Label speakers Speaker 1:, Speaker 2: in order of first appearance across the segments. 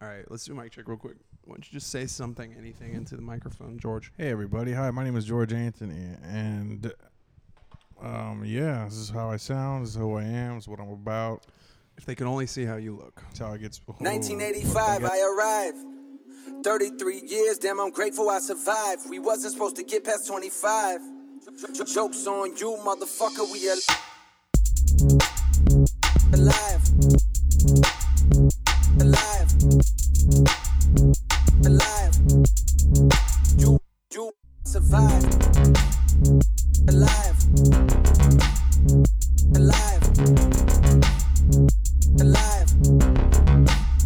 Speaker 1: All right, let's do a mic check real quick. Why don't you just say something, anything into the microphone, George?
Speaker 2: Hey everybody, hi. My name is George Anthony, and um, yeah, this is how I sound. This is who I am. This is what I'm about.
Speaker 1: If they can only see how you look.
Speaker 2: It's how I get. oh,
Speaker 3: 1985,
Speaker 2: what
Speaker 3: I arrived. 33 years, damn, I'm grateful I survived. We wasn't supposed to get past 25. J- Joke's on you, motherfucker, we al- alive. Alive. Alive. You, you survived. Alive. Alive. Alive.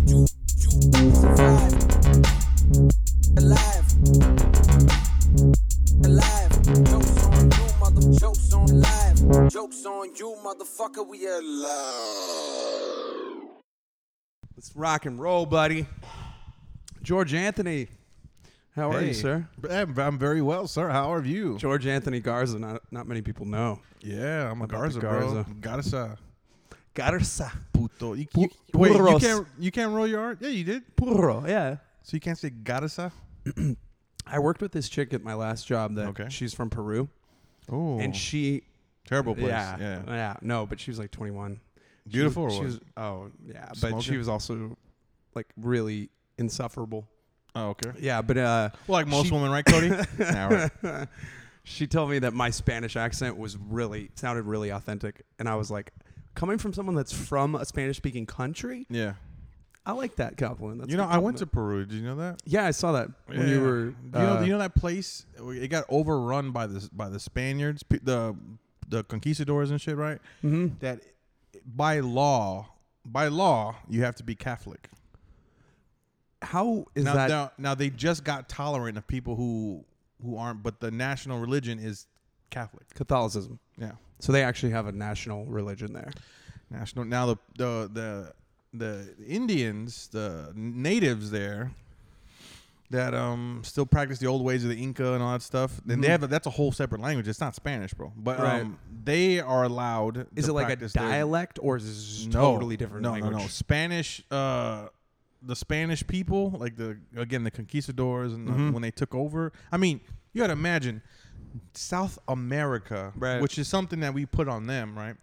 Speaker 3: You, you survived. Alive. Alive. Jokes on you, mother. Jokes on live. Jokes on you, motherfucker. We alive.
Speaker 1: Let's rock and roll, buddy. George Anthony, how
Speaker 2: got-
Speaker 1: are
Speaker 2: Hey,
Speaker 1: you, sir?
Speaker 2: I'm, I'm very well, sir. How are you?
Speaker 1: George Anthony Garza. Not not many people know.
Speaker 2: Yeah, I'm a
Speaker 1: About
Speaker 2: Garza,
Speaker 1: the Garza.
Speaker 2: bro. Garza.
Speaker 1: Garza.
Speaker 2: Puto. You, you,
Speaker 1: Pu-
Speaker 2: wait, you
Speaker 1: puros.
Speaker 2: can't you can't roll your R? Yeah, you did.
Speaker 1: Puro. Yeah.
Speaker 2: So you can't say Garza.
Speaker 1: I worked with this chick at my last job. That
Speaker 2: Okay.
Speaker 1: she's from Peru,
Speaker 2: Oh,
Speaker 1: and she.
Speaker 2: terrible place.
Speaker 1: Yeah,
Speaker 2: Yeah,
Speaker 1: No, but she was like 21.
Speaker 2: beautiful. or
Speaker 1: She
Speaker 2: what?
Speaker 1: was, oh yeah, but she
Speaker 2: Smoking?
Speaker 1: was also like really insufferable.
Speaker 2: oh, okay.
Speaker 1: Yeah, but uh,
Speaker 2: Well, like most
Speaker 1: she-
Speaker 2: women, right, Cody? nah, right.
Speaker 1: she told me that my Spanish accent was really sounded really authentic, and I was like, coming from someone that's from a Spanish speaking country,
Speaker 2: Yeah.
Speaker 1: I like that compliment. That's
Speaker 2: you
Speaker 1: a
Speaker 2: know,
Speaker 1: good
Speaker 2: I went to
Speaker 1: compliment.
Speaker 2: Peru. Did you know that?
Speaker 1: yeah, I saw that when
Speaker 2: Yeah.
Speaker 1: you were
Speaker 2: Do you know,
Speaker 1: uh,
Speaker 2: do you know that place? It got overrun by the by the Spaniards, pe- the the conquistadors and shit, right? Mm-hmm. That by law, by law, you have to be Catholic.
Speaker 1: how is
Speaker 2: Now,
Speaker 1: that?
Speaker 2: now, now they just got tolerant of people who who aren't, but the national religion is Catholic.
Speaker 1: Catholicism.
Speaker 2: Yeah,
Speaker 1: So they actually have a national religion there.
Speaker 2: national. Now the the the the Indians, the natives there. That um still practice the old ways of the Inca and all that stuff. Then they have a, that's a whole separate language. It's not Spanish, bro. But
Speaker 1: Mm-hmm. Right.
Speaker 2: um, they are allowed.
Speaker 1: Is
Speaker 2: to
Speaker 1: it like a
Speaker 2: practice their-
Speaker 1: dialect or is this
Speaker 2: No,
Speaker 1: totally different
Speaker 2: No,
Speaker 1: language?
Speaker 2: no, no. Spanish. Uh, the Spanish people, like the again the conquistadors, and the-
Speaker 1: Mm-hmm.
Speaker 2: when they took over. I mean, you got to imagine South America,
Speaker 1: Right. Mm-hmm.
Speaker 2: which is something that we put on them, right?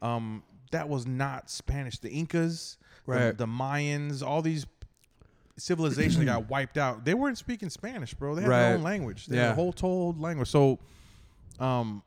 Speaker 2: Um, that was not Spanish. The Incas, the-
Speaker 1: Right.
Speaker 2: the Mayans, all these civilization that got wiped out. They weren't speaking Spanish, bro. They had
Speaker 1: Right.
Speaker 2: their own language. They had
Speaker 1: Yeah.
Speaker 2: a whole told language. So, um,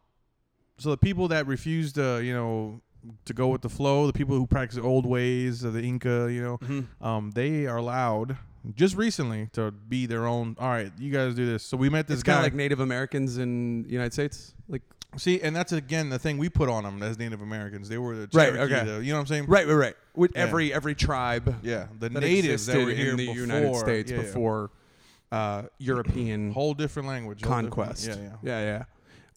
Speaker 2: so the people that refused to, you know, to go with the flow, the people who practice old ways of the Inca, you know,
Speaker 1: Mm-hmm.
Speaker 2: um, they are allowed just recently to be their own. All right, you guys do this. So we met this
Speaker 1: It's kind
Speaker 2: guy.
Speaker 1: of like Native Americans in the United States. Like
Speaker 2: See, and that's again the thing we put on them as Native Americans. They were the
Speaker 1: Right,
Speaker 2: Cherokee,
Speaker 1: okay.
Speaker 2: the- you know what I'm saying?
Speaker 1: right, right, right. With
Speaker 2: Yeah.
Speaker 1: every every tribe.
Speaker 2: Yeah, the
Speaker 1: that
Speaker 2: natives that
Speaker 1: existed
Speaker 2: were here
Speaker 1: in the
Speaker 2: before,
Speaker 1: United States
Speaker 2: yeah, yeah.
Speaker 1: before uh, European
Speaker 2: Whole different language, whole different-
Speaker 1: conquest.
Speaker 2: yeah, yeah.
Speaker 1: yeah, yeah.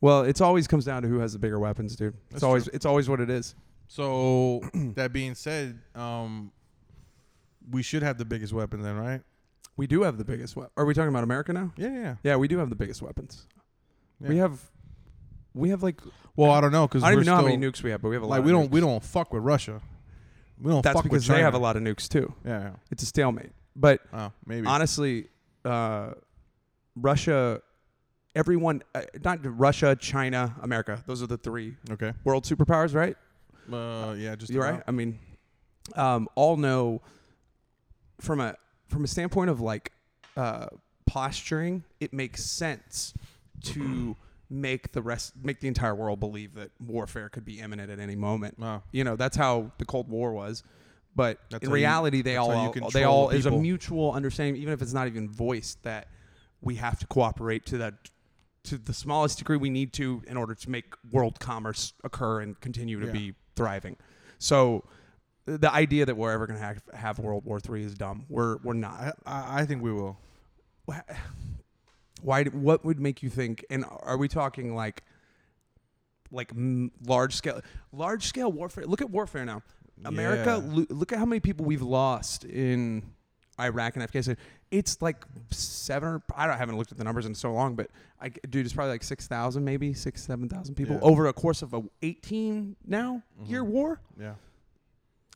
Speaker 1: Well, it's always comes down to who has the bigger weapons, dude. It's
Speaker 2: That's
Speaker 1: always
Speaker 2: true.
Speaker 1: it's always what it is.
Speaker 2: So that being said, um, we should have the biggest weapon then, right?
Speaker 1: We do have the biggest weapon. Are we talking about America now?
Speaker 2: Yeah, yeah.
Speaker 1: Yeah, we do have the biggest weapons. We
Speaker 2: Yeah.
Speaker 1: have we have like
Speaker 2: Well, I don't know because
Speaker 1: I don't even know how many nukes we have, but we have a lot.
Speaker 2: Like
Speaker 1: of
Speaker 2: we don't we
Speaker 1: nukes.
Speaker 2: don't fuck with Russia. We don't
Speaker 1: That's
Speaker 2: fuck
Speaker 1: because
Speaker 2: with China.
Speaker 1: they have a lot of nukes too.
Speaker 2: Yeah. yeah.
Speaker 1: It's a stalemate. But
Speaker 2: Oh, maybe.
Speaker 1: honestly, uh, Russia, everyone, uh, not Russia, China, America. Those are the three
Speaker 2: okay.
Speaker 1: world superpowers, right?
Speaker 2: Uh, yeah. Just
Speaker 1: You right?
Speaker 2: about.
Speaker 1: I mean, um, all know from a from a standpoint of like uh, posturing, it makes sense to make the rest make the entire world believe that warfare could be imminent at any moment.
Speaker 2: Wow.
Speaker 1: You know, that's how the Cold War was. But
Speaker 2: That's
Speaker 1: in
Speaker 2: how you-
Speaker 1: reality, they
Speaker 2: that's how you
Speaker 1: all they
Speaker 2: control
Speaker 1: all
Speaker 2: the
Speaker 1: is a
Speaker 2: people.
Speaker 1: mutual understanding, even if it's not even voiced, that we have to cooperate to that to the smallest degree we need to in order to make world commerce occur and continue to
Speaker 2: Yeah.
Speaker 1: be thriving. So th- the idea that we're ever going to have, have World War III is dumb. We're we're
Speaker 2: I,
Speaker 1: not.
Speaker 2: I I think we will.
Speaker 1: Why? d- What would make you think? And are we talking like like m- large scale large scale warfare? Look at warfare now. America.
Speaker 2: Yeah.
Speaker 1: lo- look at how many people we've lost in Iraq and Afghanistan. It's like seven. Or, I don't I haven't looked at the numbers in so long, but I, dude, it's probably like six thousand, maybe six seven thousand people
Speaker 2: Yeah.
Speaker 1: over a course of a eighteen now year war.
Speaker 2: Yeah.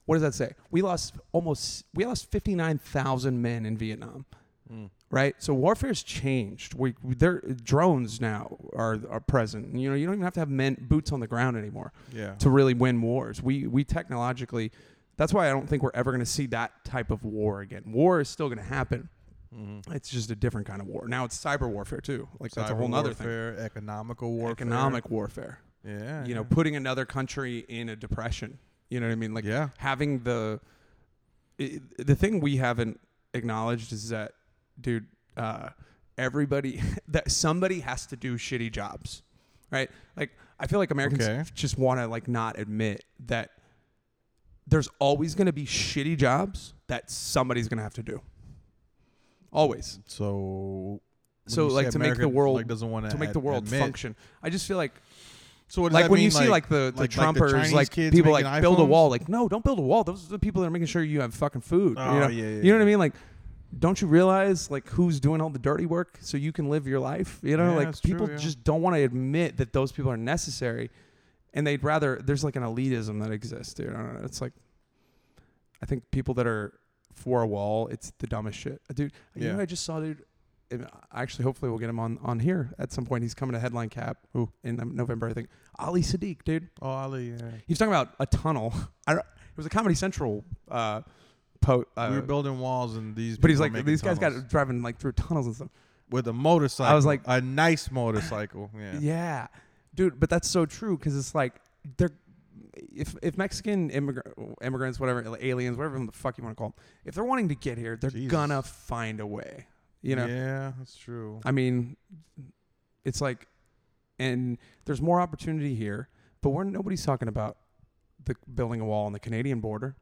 Speaker 1: What does that say? We lost almost we lost 59,000 men in Vietnam. Hmm. Right? So warfare's changed. We, we there drones now are are present. You know, you don't even have to have men boots on the ground anymore
Speaker 2: Yeah.
Speaker 1: to really win wars. We we technologically that's why I don't think we're ever going to see that type of war again. War is still going to happen. It's just a different kind of war. Now it's cyber warfare too. Like Mm-hmm. that's a
Speaker 2: Cyber
Speaker 1: whole nother thing.
Speaker 2: warfare, Economical warfare.
Speaker 1: Economic warfare
Speaker 2: Yeah.
Speaker 1: you know, putting another country in a depression. You know what I mean? Like
Speaker 2: Yeah.
Speaker 1: having the i the thing we haven't acknowledged is that, dude, uh, everybody that somebody has to do shitty jobs, right? Like I feel like Americans
Speaker 2: Okay.
Speaker 1: just want to like not admit that there's always going to be shitty jobs that somebody's going to have to do. Always
Speaker 2: So. when
Speaker 1: So,
Speaker 2: you say
Speaker 1: like, to make the
Speaker 2: America,
Speaker 1: world-
Speaker 2: like, doesn't want
Speaker 1: to make the world
Speaker 2: admit,
Speaker 1: function. I just feel like
Speaker 2: So what does
Speaker 1: like
Speaker 2: that
Speaker 1: when
Speaker 2: mean?
Speaker 1: you see like the, the Trumpers,
Speaker 2: Chinese
Speaker 1: like
Speaker 2: kids
Speaker 1: people
Speaker 2: making
Speaker 1: like build a
Speaker 2: iPhones?
Speaker 1: wall. Like, no, don't build a wall. Those are the people that are making sure you have fucking food.
Speaker 2: Oh,
Speaker 1: you know?
Speaker 2: yeah, yeah,
Speaker 1: you know what I
Speaker 2: yeah.
Speaker 1: mean? Like, don't you realize like who's doing all the dirty work so you can live your life? You know,
Speaker 2: Yeah,
Speaker 1: like
Speaker 2: that's true,
Speaker 1: people
Speaker 2: yeah.
Speaker 1: just don't want to admit that those people are necessary, and they'd rather there's like an elitism that exists, dude. I don't know. It's like, I think people that are for a wall, it's the dumbest shit, Uh, dude. You know,
Speaker 2: Yeah.
Speaker 1: what I just saw, dude. And I actually, hopefully, we'll get him on on here at some point. He's coming to Headline Cap ooh, in um, November, I think. Ali Sadiq, dude.
Speaker 2: Oh, Ali, yeah.
Speaker 1: He was talking about a tunnel. I don't, it was a Comedy Central uh, po- uh,
Speaker 2: we were building walls, and these.
Speaker 1: but he's
Speaker 2: people
Speaker 1: like
Speaker 2: making
Speaker 1: these guys
Speaker 2: tunnels.
Speaker 1: got driving like through tunnels and stuff.
Speaker 2: with a motorcycle.
Speaker 1: I was like-
Speaker 2: a nice motorcycle.
Speaker 1: Yeah,
Speaker 2: Yeah.
Speaker 1: dude. But that's so true because it's like they're if if Mexican immigra- immigrants, whatever aliens, whatever the fuck you want to call them, if they're wanting to get here, they're
Speaker 2: Jesus.
Speaker 1: gonna find a way. You know,
Speaker 2: Yeah, that's true.
Speaker 1: I mean, it's like, and there's more opportunity here, but we're nobody's talking about the building a wall on the Canadian border.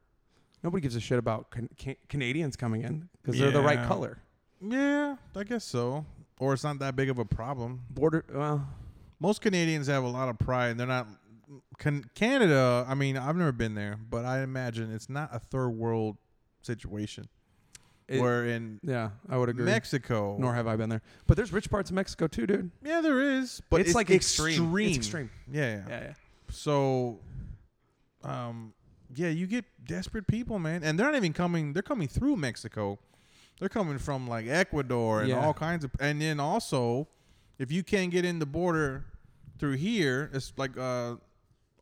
Speaker 1: Nobody gives a shit about can, can, Canadians coming in because they're the right
Speaker 2: Yeah.
Speaker 1: color.
Speaker 2: Yeah, I guess so. Or it's not that big of a problem.
Speaker 1: Border, well,
Speaker 2: Most Canadians have a lot of pride, and they're not. Can, Canada, I mean, I've never been there, but I imagine it's not a third world situation.
Speaker 1: It-
Speaker 2: Where in
Speaker 1: yeah, I would agree.
Speaker 2: Mexico,
Speaker 1: Nor have I been there, but there's rich parts of Mexico too, dude.
Speaker 2: yeah, there is, but
Speaker 1: It's
Speaker 2: it's,
Speaker 1: like extreme.
Speaker 2: extreme.
Speaker 1: It's extreme.
Speaker 2: Yeah, yeah.
Speaker 1: Yeah, yeah.
Speaker 2: So, um, yeah, you get desperate people, man, and they're not even coming. They're coming through Mexico. They're coming from like Ecuador and
Speaker 1: Yeah.
Speaker 2: all kinds of, and then also, if you can't get in the border through here, it's like uh,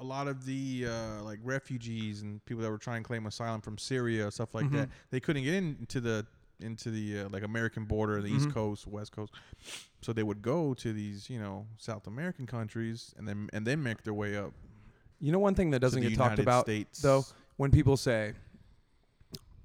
Speaker 2: a lot of the uh, like refugees and people that were trying to claim asylum from Syria, stuff like that. They couldn't get into the into the uh, like American border, the East Coast, West Coast. So they would go to these, you know, South American countries, and then and then make their way up.
Speaker 1: You know, one thing that doesn't
Speaker 2: the
Speaker 1: get talked
Speaker 2: United
Speaker 1: about
Speaker 2: States.
Speaker 1: though, when people say,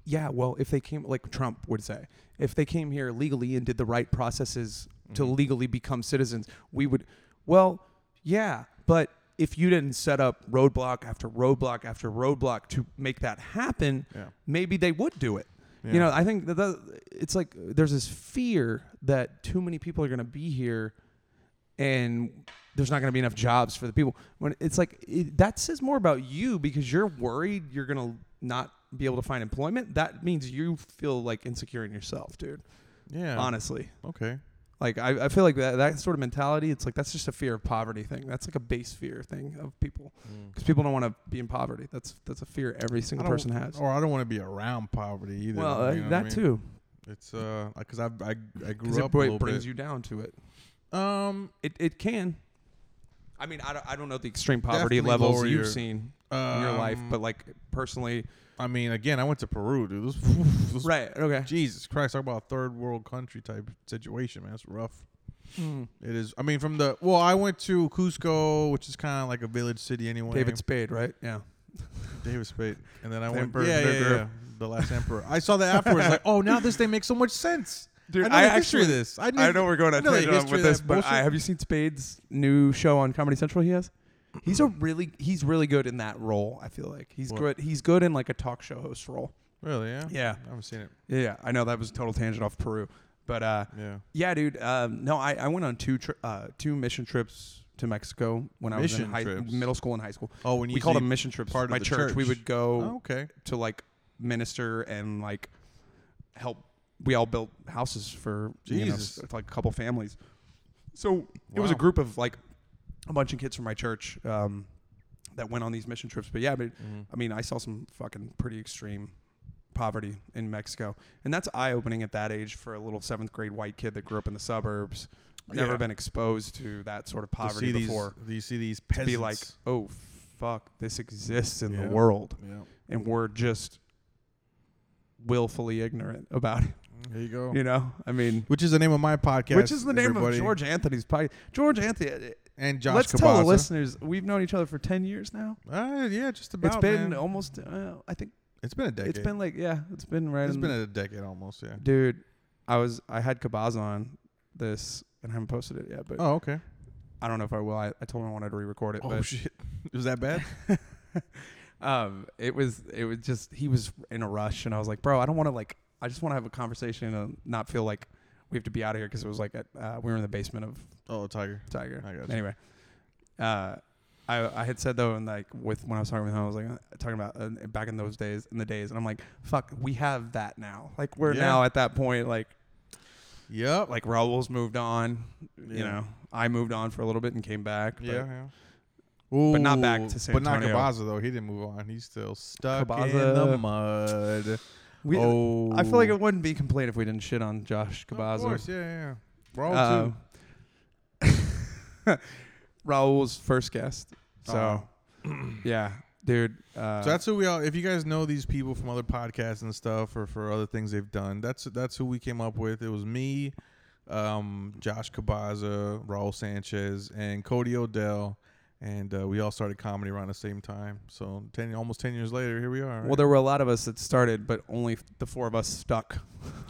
Speaker 1: "Yeah, well, if they came," like Trump would say, "If they came here legally and did the right processes to
Speaker 2: Mm-hmm.
Speaker 1: legally become citizens, we would." Well, yeah, but if you didn't set up roadblock after roadblock after roadblock to make that happen,
Speaker 2: Yeah.
Speaker 1: maybe they would do it. You
Speaker 2: Yeah.
Speaker 1: know, I think that the, it's like uh, there's this fear that too many people are going to be here and there's not going to be enough jobs for the people. When it's like it, that says more about you because you're worried you're going to not be able to find employment. That means you feel like insecure in yourself, dude.
Speaker 2: Yeah.
Speaker 1: Honestly,
Speaker 2: Okay.
Speaker 1: like I, I feel like that, that sort of mentality. It's like that's just a fear of poverty thing. That's like a base fear thing of people because people don't want to be in poverty. That's that's a fear every
Speaker 2: I
Speaker 1: single
Speaker 2: don't-
Speaker 1: person has.
Speaker 2: Or I don't want to be around poverty either.
Speaker 1: Well, uh,
Speaker 2: you know what I
Speaker 1: that
Speaker 2: mean?
Speaker 1: too,
Speaker 2: It's uh, because I I I
Speaker 1: because
Speaker 2: grew
Speaker 1: it
Speaker 2: up a
Speaker 1: br-
Speaker 2: little
Speaker 1: brings
Speaker 2: bit.
Speaker 1: you down to it.
Speaker 2: um,
Speaker 1: It it can. I mean, I don't, I don't know the extreme poverty
Speaker 2: Definitely
Speaker 1: levels
Speaker 2: lower
Speaker 1: you've
Speaker 2: your-
Speaker 1: seen in your life,
Speaker 2: Um,
Speaker 1: but like personally,
Speaker 2: I mean, again, I went to Peru, dude. This, this-
Speaker 1: right? Okay.
Speaker 2: Jesus Christ, talk about a third world country type situation, man. It's rough.
Speaker 1: Hmm.
Speaker 2: It is. I mean, from the well, I went to Cusco, which is kind of like a village city anyway.
Speaker 1: David Spade, right? Yeah.
Speaker 2: David Spade, and then I went.
Speaker 1: Emperor,
Speaker 2: yeah,
Speaker 1: the
Speaker 2: yeah,
Speaker 1: girl.
Speaker 2: yeah, the last emperor. I saw that afterwards. like, oh, now this thing makes so much sense. I, know the history of this. I, knew,
Speaker 1: I know we're going
Speaker 2: I
Speaker 1: on
Speaker 2: know the
Speaker 1: tangent
Speaker 2: history
Speaker 1: with
Speaker 2: of
Speaker 1: this,
Speaker 2: that
Speaker 1: but I,
Speaker 2: bullshit.
Speaker 1: have you seen Spade's new show on Comedy Central? He has. He's a really he's really good in that role. I feel like he's
Speaker 2: What?
Speaker 1: good. He's good in like a talk show host role.
Speaker 2: Really? Yeah.
Speaker 1: Yeah.
Speaker 2: I haven't seen it.
Speaker 1: Yeah, yeah. I know that was a total tangent off Peru, but uh,
Speaker 2: Yeah.
Speaker 1: yeah, dude. Um, no, I, I went on two tri- uh, two mission trips to Mexico when I was in
Speaker 2: Mission
Speaker 1: high,
Speaker 2: trips?
Speaker 1: middle school and high school.
Speaker 2: Oh, when
Speaker 1: we
Speaker 2: you
Speaker 1: called
Speaker 2: say
Speaker 1: them mission trips.
Speaker 2: part of
Speaker 1: My
Speaker 2: the
Speaker 1: church, we
Speaker 2: church.
Speaker 1: would go
Speaker 2: Oh, okay.
Speaker 1: to like minister and like help. We all built houses for you know,
Speaker 2: Jesus.
Speaker 1: s- like a couple families. So it was a
Speaker 2: Wow.
Speaker 1: group of like a bunch of kids from my church um, that went on these mission trips. But yeah, but
Speaker 2: Mm-hmm.
Speaker 1: I mean, I saw some fucking pretty extreme poverty in Mexico, and that's eye opening at that age for a little seventh grade white kid that grew up in the suburbs, never
Speaker 2: Yeah.
Speaker 1: been exposed to that sort of
Speaker 2: To
Speaker 1: poverty
Speaker 2: see
Speaker 1: before.
Speaker 2: These, do you see these peasants?
Speaker 1: Be like, oh fuck, this exists in
Speaker 2: Yeah.
Speaker 1: the world,
Speaker 2: yeah,
Speaker 1: and we're just willfully ignorant about it.
Speaker 2: there you go.
Speaker 1: You know, I mean.
Speaker 2: Which is the name of my podcast.
Speaker 1: Which is the name
Speaker 2: everybody.
Speaker 1: of George Anthony's podcast. George Anthony, uh,
Speaker 2: and Josh.
Speaker 1: Let's tell the
Speaker 2: Cabasa.
Speaker 1: listeners we've known each other for ten years now.
Speaker 2: Uh, yeah, just about.
Speaker 1: it's been
Speaker 2: man.
Speaker 1: almost. Uh, I think
Speaker 2: it's been a decade.
Speaker 1: it's been like yeah, it's been right.
Speaker 2: it's
Speaker 1: in-
Speaker 2: been a decade almost. Yeah.
Speaker 1: dude. I was I had Kabaz on this and I haven't posted it yet, but
Speaker 2: Oh okay.
Speaker 1: I don't know if I will. I, I told him I wanted to re-record it,
Speaker 2: Oh
Speaker 1: but
Speaker 2: shit. Was that bad?
Speaker 1: um, it was it was just he was in a rush and I was like, bro, I don't want to like I just want to have a conversation and not feel like we have to be out of here because it was like at, uh, we were in the basement of
Speaker 2: Oh, Tiger.
Speaker 1: Tiger.
Speaker 2: I gotcha.
Speaker 1: Anyway, uh, I I had said though, and like with when I was talking with him, I was like uh, talking about uh, back in those days, in the days, and I'm like, fuck, we have that now. Like we're
Speaker 2: Yeah.
Speaker 1: now at that point. Like
Speaker 2: Yep.
Speaker 1: like Raul's moved on. You
Speaker 2: Yeah.
Speaker 1: know, I moved on for a little bit and came back. But
Speaker 2: yeah. yeah. Ooh,
Speaker 1: but not back to San
Speaker 2: But not
Speaker 1: Antonio.
Speaker 2: Cabaza though. He didn't move on. He's still stuck in
Speaker 1: Cabaza.
Speaker 2: the mud.
Speaker 1: We,
Speaker 2: oh,
Speaker 1: I feel like it wouldn't be complete if we didn't shit on Josh
Speaker 2: Of
Speaker 1: Cabazo.
Speaker 2: course, yeah, yeah. yeah. We're all
Speaker 1: Uh,
Speaker 2: too. Uh,
Speaker 1: Raul's first guest. So,
Speaker 2: Oh.
Speaker 1: yeah, dude. Uh,
Speaker 2: So that's who we are. If you guys know these people from other podcasts and stuff, or for other things they've done, that's that's who we came up with. It was me, um, Josh Cabaza, Raul Sanchez, and Cody Odell, and uh, we all started comedy around the same time. So ten, almost ten years later, here we are.
Speaker 1: well, there were a lot of us that started, but only f- the four of us stuck.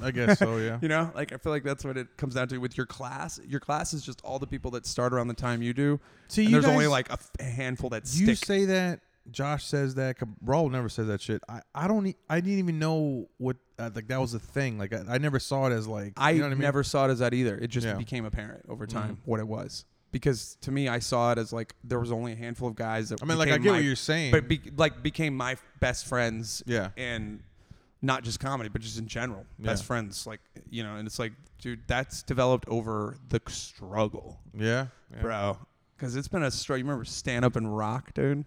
Speaker 2: I guess so. Yeah.
Speaker 1: You know, like I feel like that's what it comes down to with your class. Your class is just all the people that start around the time you do.
Speaker 2: See,
Speaker 1: and
Speaker 2: you
Speaker 1: there's only
Speaker 2: guys-
Speaker 1: like a f- handful that
Speaker 2: You
Speaker 1: stick.
Speaker 2: say that. Josh says that. Cab- Raul never says that shit. I, I don't. e- I didn't even know what uh, like that was a thing. Like I, I never saw it as like
Speaker 1: I
Speaker 2: you know what I mean?
Speaker 1: never saw it as that either. It just
Speaker 2: Yeah. Mm-hmm.
Speaker 1: became apparent over time what it was. Because to me, I saw it as like there was only a handful of guys that.
Speaker 2: I mean, like, I
Speaker 1: became
Speaker 2: get what
Speaker 1: my-
Speaker 2: you're saying.
Speaker 1: but be, like became my best friends.
Speaker 2: Yeah.
Speaker 1: and not just comedy, but just in general, best
Speaker 2: Yeah.
Speaker 1: friends. Like you know, and it's like, dude, that's developed over the struggle,
Speaker 2: Yeah. yeah.
Speaker 1: bro. Because it's been a struggle. You remember stand up and rock, dude,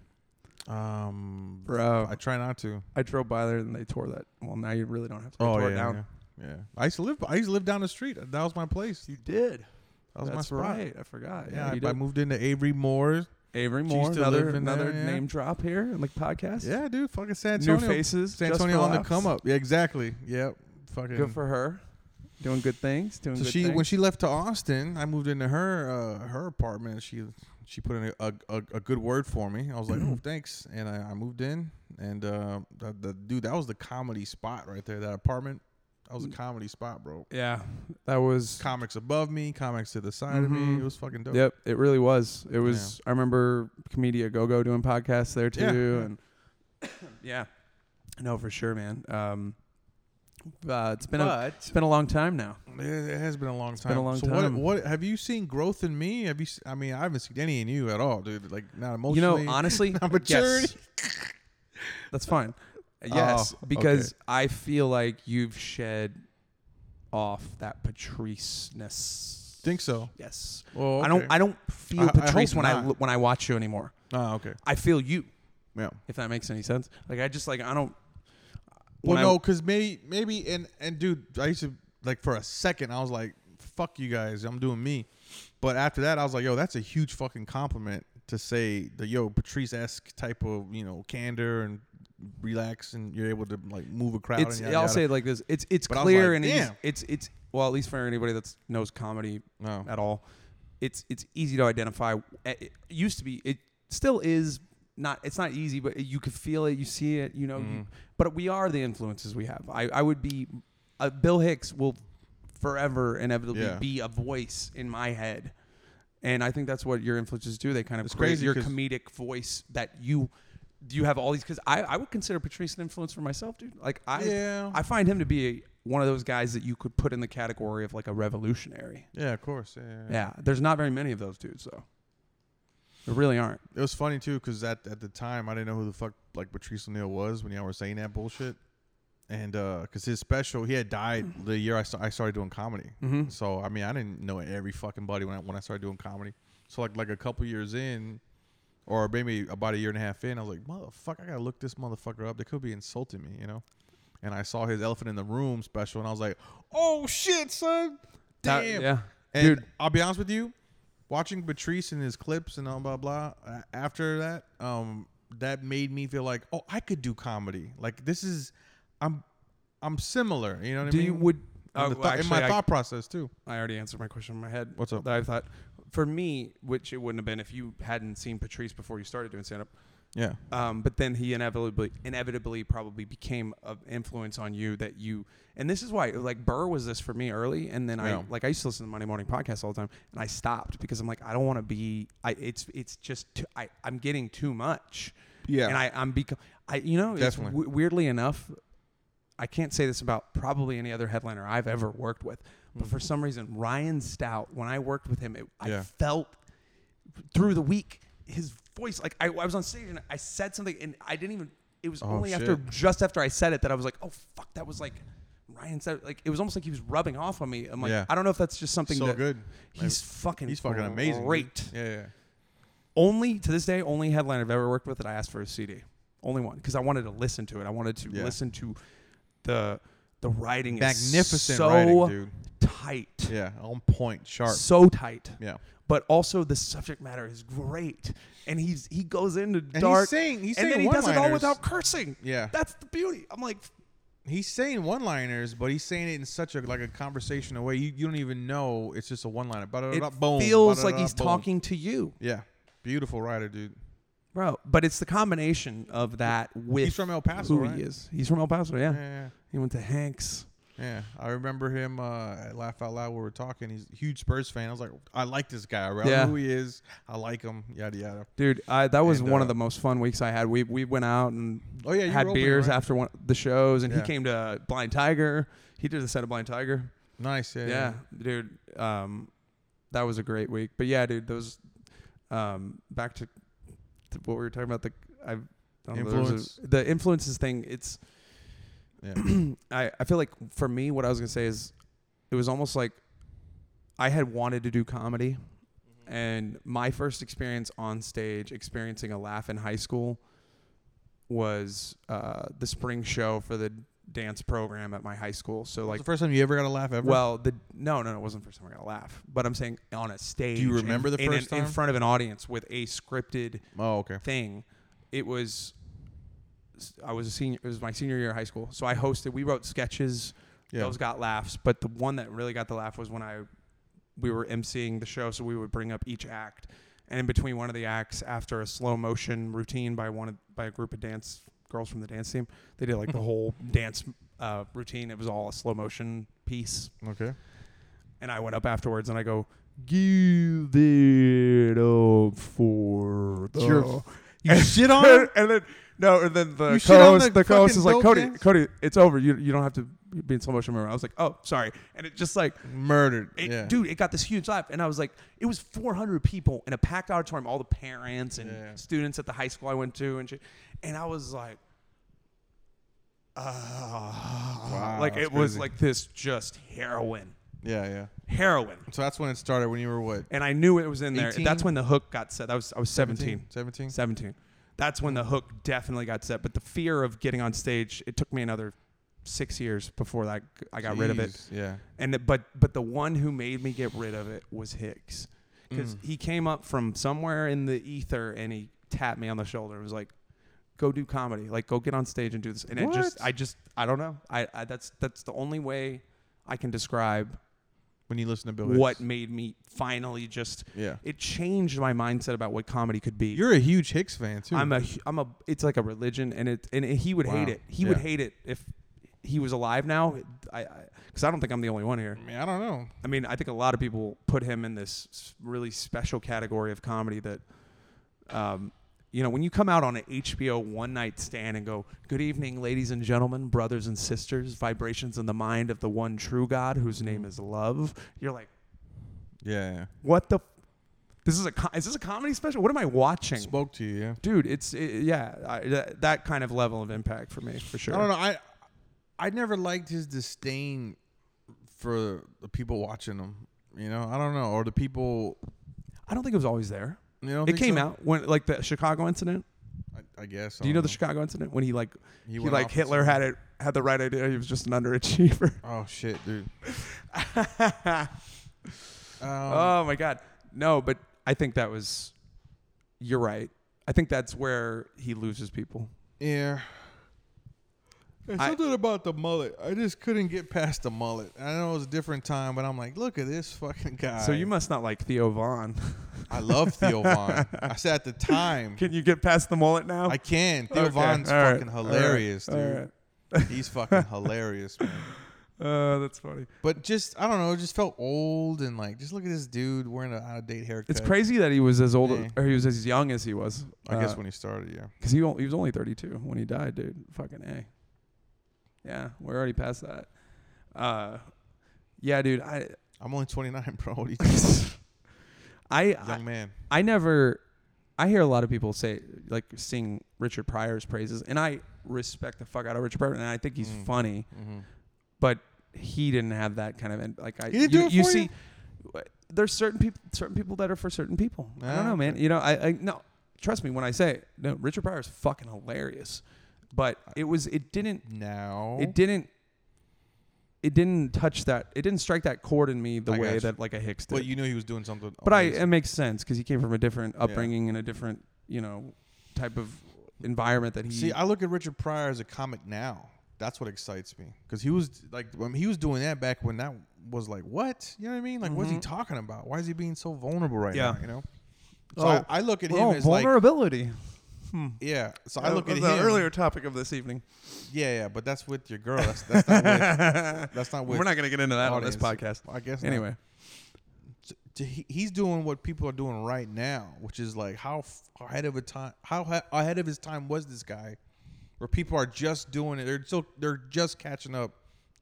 Speaker 2: Um,
Speaker 1: bro.
Speaker 2: I try not to.
Speaker 1: I drove by there and they tore that. Well, now you really don't have to. They tore it down.
Speaker 2: Oh, yeah, yeah. I used to live. I used to live down the street. That was my place.
Speaker 1: You did.
Speaker 2: That was
Speaker 1: That's
Speaker 2: my spot.
Speaker 1: right. I forgot.
Speaker 2: Yeah,
Speaker 1: you
Speaker 2: I, I
Speaker 1: did.
Speaker 2: moved into Avery Moore's.
Speaker 1: Avery
Speaker 2: She
Speaker 1: Moore,
Speaker 2: used to
Speaker 1: another
Speaker 2: live in
Speaker 1: another
Speaker 2: there, yeah.
Speaker 1: name drop here in the podcast.
Speaker 2: Yeah, dude. Fucking San
Speaker 1: New
Speaker 2: Antonio.
Speaker 1: faces,
Speaker 2: San
Speaker 1: just
Speaker 2: Antonio on the
Speaker 1: relax.
Speaker 2: come up. Yeah, exactly. Yep. Fucking.
Speaker 1: good for her, doing good things, doing
Speaker 2: so
Speaker 1: good
Speaker 2: she
Speaker 1: things.
Speaker 2: when she left to Austin, I moved into her uh, her apartment. She she put in a, a, a good word for me. I was like, oh, thanks, and I, I moved in. And uh, the, the dude, that was the comedy spot right there. That apartment, that
Speaker 1: Mm.
Speaker 2: was a comedy spot, bro.
Speaker 1: yeah, that was
Speaker 2: comics above me, comics to the side of me.
Speaker 1: Mhm.
Speaker 2: It was fucking dope.
Speaker 1: yep. It really was. It was. I remember Comedia Go Go doing podcasts there too,
Speaker 2: Yeah, yeah.
Speaker 1: and yeah, no, for sure, man. Um, uh, it's been a it's been a long time now.
Speaker 2: It, it has been a long time.
Speaker 1: been a long
Speaker 2: so
Speaker 1: time.
Speaker 2: What, what have you seen growth in me? Have you? se- I mean, I haven't seen any in you at all, dude. Like not
Speaker 1: You
Speaker 2: emotionally.
Speaker 1: know, honestly,
Speaker 2: not
Speaker 1: yes,
Speaker 2: maturity.
Speaker 1: that's fine. Yes,
Speaker 2: Oh,
Speaker 1: because I feel like you've shed off that Patriceness.
Speaker 2: Think so?
Speaker 1: Yes.
Speaker 2: Well,
Speaker 1: I don't.
Speaker 2: okay.
Speaker 1: I don't feel
Speaker 2: I- I hope
Speaker 1: Patrice when I
Speaker 2: not.
Speaker 1: lo- when I watch you anymore.
Speaker 2: Oh, okay.
Speaker 1: I feel you.
Speaker 2: Yeah.
Speaker 1: If that makes any sense. Like I just like I don't.
Speaker 2: Well,
Speaker 1: when I-
Speaker 2: no, because maybe, maybe, and and dude, I used to like for a second, I was like, "Fuck you guys, I'm doing me," but after that, I was like, "Yo, that's a huge fucking compliment to say the yo Patrice esque type of you know candor and relax, and you're able to like move a crowd."
Speaker 1: It's.
Speaker 2: and yada,
Speaker 1: I'll
Speaker 2: yada.
Speaker 1: say it like this. It's. It's
Speaker 2: But I was
Speaker 1: clear
Speaker 2: like,
Speaker 1: and easy.
Speaker 2: damn.
Speaker 1: It's. It's. Well, at least for anybody that knows comedy
Speaker 2: No.
Speaker 1: at all, it's. It's easy to identify. Eh, It it used to be. It still is. Not. It's not easy, but you can feel it. You see it. You know.
Speaker 2: Mm-hmm.
Speaker 1: You, but we are the influences we have. I. I would be. Uh, Bill Hicks will forever inevitably
Speaker 2: Yeah.
Speaker 1: be a voice in my head. And I think that's what your influences do. They kind of
Speaker 2: It's
Speaker 1: create
Speaker 2: crazy
Speaker 1: your
Speaker 2: 'cause-
Speaker 1: comedic voice that you you have all these because I, I would consider Patrice an influence for myself, dude. Like I
Speaker 2: Yeah.
Speaker 1: I find him to be a, one of those guys that you could put in the category of like a revolutionary.
Speaker 2: Yeah, of course. Yeah, yeah, yeah.
Speaker 1: Yeah, there's not very many of those dudes though. There really aren't.
Speaker 2: It was funny too because at at the time I didn't know who the fuck like Patrice O'Neill was when y'all were saying that bullshit, and because his special he had
Speaker 1: Mm.
Speaker 2: died the year I, sta- I started doing comedy.
Speaker 1: Mm-hmm.
Speaker 2: So I mean I didn't know every fucking buddy when I when I started doing comedy. So like like a couple years in, or maybe about a year and a half in, I was like, motherfucker, I gotta look this motherfucker up. They could be insulting me, you know. And I saw his Elephant in the Room special, and I was like, oh shit, son,
Speaker 1: That-
Speaker 2: damn,
Speaker 1: yeah.
Speaker 2: And
Speaker 1: Dude.
Speaker 2: I'll be honest with you, watching Patrice and his clips and all blah blah. a- After that, um, that made me feel like, oh, I could do comedy. Like this is, I'm, I'm similar. You know what
Speaker 1: Do
Speaker 2: I mean?
Speaker 1: you would?
Speaker 2: in,
Speaker 1: Uh,
Speaker 2: the
Speaker 1: well,
Speaker 2: thought- in
Speaker 1: actually,
Speaker 2: my
Speaker 1: I-
Speaker 2: thought process too.
Speaker 1: I already answered my question in my head.
Speaker 2: What's up?
Speaker 1: That I thought for me, which it wouldn't have been if you hadn't seen Patrice before you started doing stand up.
Speaker 2: Yeah.
Speaker 1: Um, but then he inevitably, inevitably, probably became an influence on you that you. And this is why, like Burr was this for me early, and then
Speaker 2: Yeah.
Speaker 1: I like I used to listen to the Monday Morning Podcast all the time, and I stopped because I'm like I don't want to be. I it's it's just too, I I'm getting too much.
Speaker 2: Yeah.
Speaker 1: And I I'm become I you know it's
Speaker 2: Definitely.
Speaker 1: w- weirdly enough I can't say this about probably any other headliner I've ever worked with, but for some reason, Ryan Stout, when I worked with him, it,
Speaker 2: Mm. Yeah.
Speaker 1: I felt through the week his voice. Like I, I was on stage and I said something, and I didn't even. It was
Speaker 2: Oh,
Speaker 1: only after
Speaker 2: shit.
Speaker 1: just after I said it that I was like, oh fuck, that was like Ryan said. Like it was almost like he was rubbing off on me. I'm like,
Speaker 2: Yeah.
Speaker 1: I don't know if that's just something
Speaker 2: So
Speaker 1: that
Speaker 2: good.
Speaker 1: He's fucking
Speaker 2: He's fucking amazing. dude.
Speaker 1: Great.
Speaker 2: Yeah, yeah.
Speaker 1: Only to this day, only headline I've ever worked with that I asked for a CD. Only one because I wanted to listen to it. I wanted to
Speaker 2: Yeah.
Speaker 1: listen to the the writing. is
Speaker 2: Magnificent
Speaker 1: so
Speaker 2: writing, dude.
Speaker 1: Tight.
Speaker 2: Yeah. On point, sharp.
Speaker 1: So tight.
Speaker 2: Yeah.
Speaker 1: But also the subject matter is great, and he's he goes into
Speaker 2: he's
Speaker 1: dark.
Speaker 2: saying- he's
Speaker 1: and
Speaker 2: saying
Speaker 1: then he does it all
Speaker 2: one-liners.
Speaker 1: without cursing.
Speaker 2: Yeah.
Speaker 1: that's the beauty. I'm like,
Speaker 2: he's saying one-liners, but he's saying it in such a like a conversational way. You, you don't even know it's just a one-liner.
Speaker 1: it
Speaker 2: Ba-da-da-da, boom.
Speaker 1: feels like
Speaker 2: Ba-da-da-da,
Speaker 1: he's
Speaker 2: boom.
Speaker 1: talking to you,
Speaker 2: Yeah, beautiful writer, dude.
Speaker 1: bro. But it's the combination of that with
Speaker 2: He's from El Paso,
Speaker 1: Who
Speaker 2: right?
Speaker 1: he is? He's from El Paso. Yeah.
Speaker 2: Yeah,
Speaker 1: He went to Hanks.
Speaker 2: yeah. I remember him uh, at Laugh Out Loud. We were talking. He's a huge Spurs fan. I was like, I like this guy. I don't
Speaker 1: Yeah.
Speaker 2: know who he is. I like him. Yada yada.
Speaker 1: Dude, I, that was
Speaker 2: And,
Speaker 1: one
Speaker 2: uh,
Speaker 1: of the most fun weeks I had. We we went out and
Speaker 2: Oh, yeah, you
Speaker 1: had
Speaker 2: were opening,
Speaker 1: beers
Speaker 2: right?
Speaker 1: after one, the shows, and
Speaker 2: Yeah.
Speaker 1: he came to Blind Tiger. He did a set of Blind Tiger.
Speaker 2: Nice. Yeah.
Speaker 1: Yeah, dude, um, that was a great week. But yeah, dude, those um, back to, to what we were talking about the I I don't know, there was a-
Speaker 2: Influence.
Speaker 1: the influences thing. It's
Speaker 2: Yeah.
Speaker 1: I, I feel like for me, what I was gonna say is, it was almost like I had wanted to do comedy,
Speaker 2: Mm-hmm.
Speaker 1: and my first experience on stage, experiencing a laugh in high school, was uh, the spring show for the dance program at my high school. So
Speaker 2: Like
Speaker 1: like,
Speaker 2: the first time you ever got a laugh ever.
Speaker 1: well, the no, no, no, it wasn't the first time I got a laugh, but I'm saying on a stage.
Speaker 2: Do you remember
Speaker 1: in,
Speaker 2: the
Speaker 1: in an-
Speaker 2: first
Speaker 1: in
Speaker 2: time?
Speaker 1: front of an audience with a scripted
Speaker 2: Oh, okay.
Speaker 1: thing. It was I was a senior. It was my senior year of high school. So I hosted. We wrote sketches.
Speaker 2: Yeah.
Speaker 1: Those got laughs. But the one that really got the laugh was when I we were emceeing the show. So we would bring up each act, and in between one of the acts, after a slow motion routine by one of, by a group of dance girls from the dance team, they did like the whole dance uh, routine. It was all a slow motion piece.
Speaker 2: Okay.
Speaker 1: And I went up afterwards and I go, give it up for the.
Speaker 2: Your-
Speaker 1: you shit on it? And then, no, and then the
Speaker 2: You shit on
Speaker 1: co-host,
Speaker 2: the
Speaker 1: the co-host is
Speaker 2: fucking
Speaker 1: like, Cody,
Speaker 2: dope dance?
Speaker 1: Cody, it's over. You, you don't have to be in slow motion. Remember? I was like, oh, sorry. And it just like,
Speaker 2: Murdered.
Speaker 1: it,
Speaker 2: yeah.
Speaker 1: dude, it got this huge laugh. And I was like, it was 400 people in a packed auditorium, all the parents and
Speaker 2: Yeah.
Speaker 1: students at the high school I went to. And shit. and I was like, ah, like
Speaker 2: that's
Speaker 1: it was
Speaker 2: crazy.
Speaker 1: like this just heroin,
Speaker 2: Yeah, yeah.
Speaker 1: heroin
Speaker 2: So that's when it started. When you were what?
Speaker 1: and I knew it was in there.
Speaker 2: 18?
Speaker 1: That's when the hook got set. That was I was 17.
Speaker 2: 17?
Speaker 1: 17. That's when the hook definitely got set. But the fear of getting on stage, it took me another six years before that I got rid of it.
Speaker 2: Jeez, Yeah.
Speaker 1: And the- but but the one who made me get rid of it was Hicks, because
Speaker 2: Mm.
Speaker 1: he came up from somewhere in the ether and he tapped me on the shoulder and was like, "Go do comedy. Like go get on stage and do this." And it just
Speaker 2: What?
Speaker 1: I just I don't know. I, I that's that's the only way I can describe
Speaker 2: When you listen to Bill.
Speaker 1: what
Speaker 2: Hicks.
Speaker 1: made me finally just
Speaker 2: Yeah.
Speaker 1: it changed my mindset about what comedy could be.
Speaker 2: You're a huge Hicks fan too.
Speaker 1: I'm a hu- I'm a it's like a religion and it and he would hate
Speaker 2: Wow.
Speaker 1: it. He would
Speaker 2: Yeah.
Speaker 1: hate it if he was alive now. I because I, don't think I'm the only one here.
Speaker 2: I mean, I don't know.
Speaker 1: I mean, I think a lot of people put him in this s- really special category of comedy that um you know, when you come out on an HBO one night stand and go, Good evening, ladies and gentlemen, brothers and sisters, vibrations in the mind of the one true God whose
Speaker 2: Mm.
Speaker 1: name is love, you're like,
Speaker 2: Yeah. yeah.
Speaker 1: what the f- this is a co- is this a comedy special what am i watching
Speaker 2: Spoke to you. Yeah.
Speaker 1: dude it's it, yeah I, that, that kind of level of impact for me for sure
Speaker 2: I don't know. I I never liked his disdain for the people watching him. You know, I don't know, or the people.
Speaker 1: I don't think it was always there
Speaker 2: You don't
Speaker 1: It
Speaker 2: think
Speaker 1: came
Speaker 2: so?
Speaker 1: out when like the Chicago incident.
Speaker 2: I, I guess.
Speaker 1: Do you know the Chicago incident when he like
Speaker 2: Oh. He
Speaker 1: he,
Speaker 2: went
Speaker 1: like
Speaker 2: off
Speaker 1: Hitler had it had the right idea. He was just an underachiever.
Speaker 2: Oh shit, dude. Um,
Speaker 1: oh my god, no! But I think that was. You're right. I think that's where he loses people.
Speaker 2: yeah. There's
Speaker 1: I-
Speaker 2: something about the mullet. I just couldn't get past the mullet. I know it was a different time, but I'm like, look at this fucking guy.
Speaker 1: So you must not like Theo Vaughn.
Speaker 2: I love Theo Vaughn. I said at the time,
Speaker 1: Can you get past the mullet now?
Speaker 2: I can. Theo
Speaker 1: Okay,
Speaker 2: Vaughn's
Speaker 1: all right,
Speaker 2: fucking
Speaker 1: all right,
Speaker 2: hilarious,
Speaker 1: all
Speaker 2: dude.
Speaker 1: right.
Speaker 2: He's fucking hilarious, man.
Speaker 1: Uh, that's funny.
Speaker 2: But just I don't know, it just felt old and like just look at this dude wearing an out of date haircut.
Speaker 1: It's crazy that he was as old
Speaker 2: Yeah.
Speaker 1: or he was as young as he was.
Speaker 2: I guess when he started, yeah.
Speaker 1: because he, o- he was only 32 when he died, dude. Fucking a. Yeah, we're already past that. Uh, yeah, dude. I
Speaker 2: I'm only 29, bro. What are you
Speaker 1: I
Speaker 2: young
Speaker 1: I,
Speaker 2: man?
Speaker 1: I never. I hear a lot of people say like sing Richard Pryor's praises, and I respect the fuck out of Richard Pryor, and I think he's
Speaker 2: Mm.
Speaker 1: funny.
Speaker 2: Mhm.
Speaker 1: but he didn't have that kind of like I
Speaker 2: He didn't
Speaker 1: you,
Speaker 2: do it for
Speaker 1: see there's certain people certain people that are for certain people. I
Speaker 2: Ah,
Speaker 1: don't know, man. You know, I, I no trust me when I say no Richard Pryor is fucking hilarious. But it was it didn't
Speaker 2: Now
Speaker 1: it didn't it didn't touch that it didn't strike that chord in me the
Speaker 2: I
Speaker 1: way
Speaker 2: gotcha.
Speaker 1: that like a Hicks did.
Speaker 2: But you knew he was doing something.
Speaker 1: But I,
Speaker 2: amazing.
Speaker 1: it makes sense because he came from a different upbringing and a different, you know, type of environment that he.
Speaker 2: see, I look at Richard Pryor as a comic now. That's what excites me because he was like when he was doing that back when that was like what you know what I mean? Like what's he talking about? Why is he being so vulnerable right
Speaker 1: Mm-hmm. Yeah.
Speaker 2: now? You know. So
Speaker 1: Oh.
Speaker 2: I, I look at him
Speaker 1: oh,
Speaker 2: as like
Speaker 1: vulnerability.
Speaker 2: yeah. So I look at him
Speaker 1: Uh, the earlier topic of this evening.
Speaker 2: Yeah, yeah, but that's with your girl. That's that's not with that's not with.
Speaker 1: We're not going to get into that on this
Speaker 2: audience.
Speaker 1: podcast.
Speaker 2: I guess not.
Speaker 1: Anyway,
Speaker 2: t- t- he- he's doing what people are doing right now, which is like how f- ahead of a time, how ha- ahead of his time was this guy, where people are just doing it. They're still they're just catching up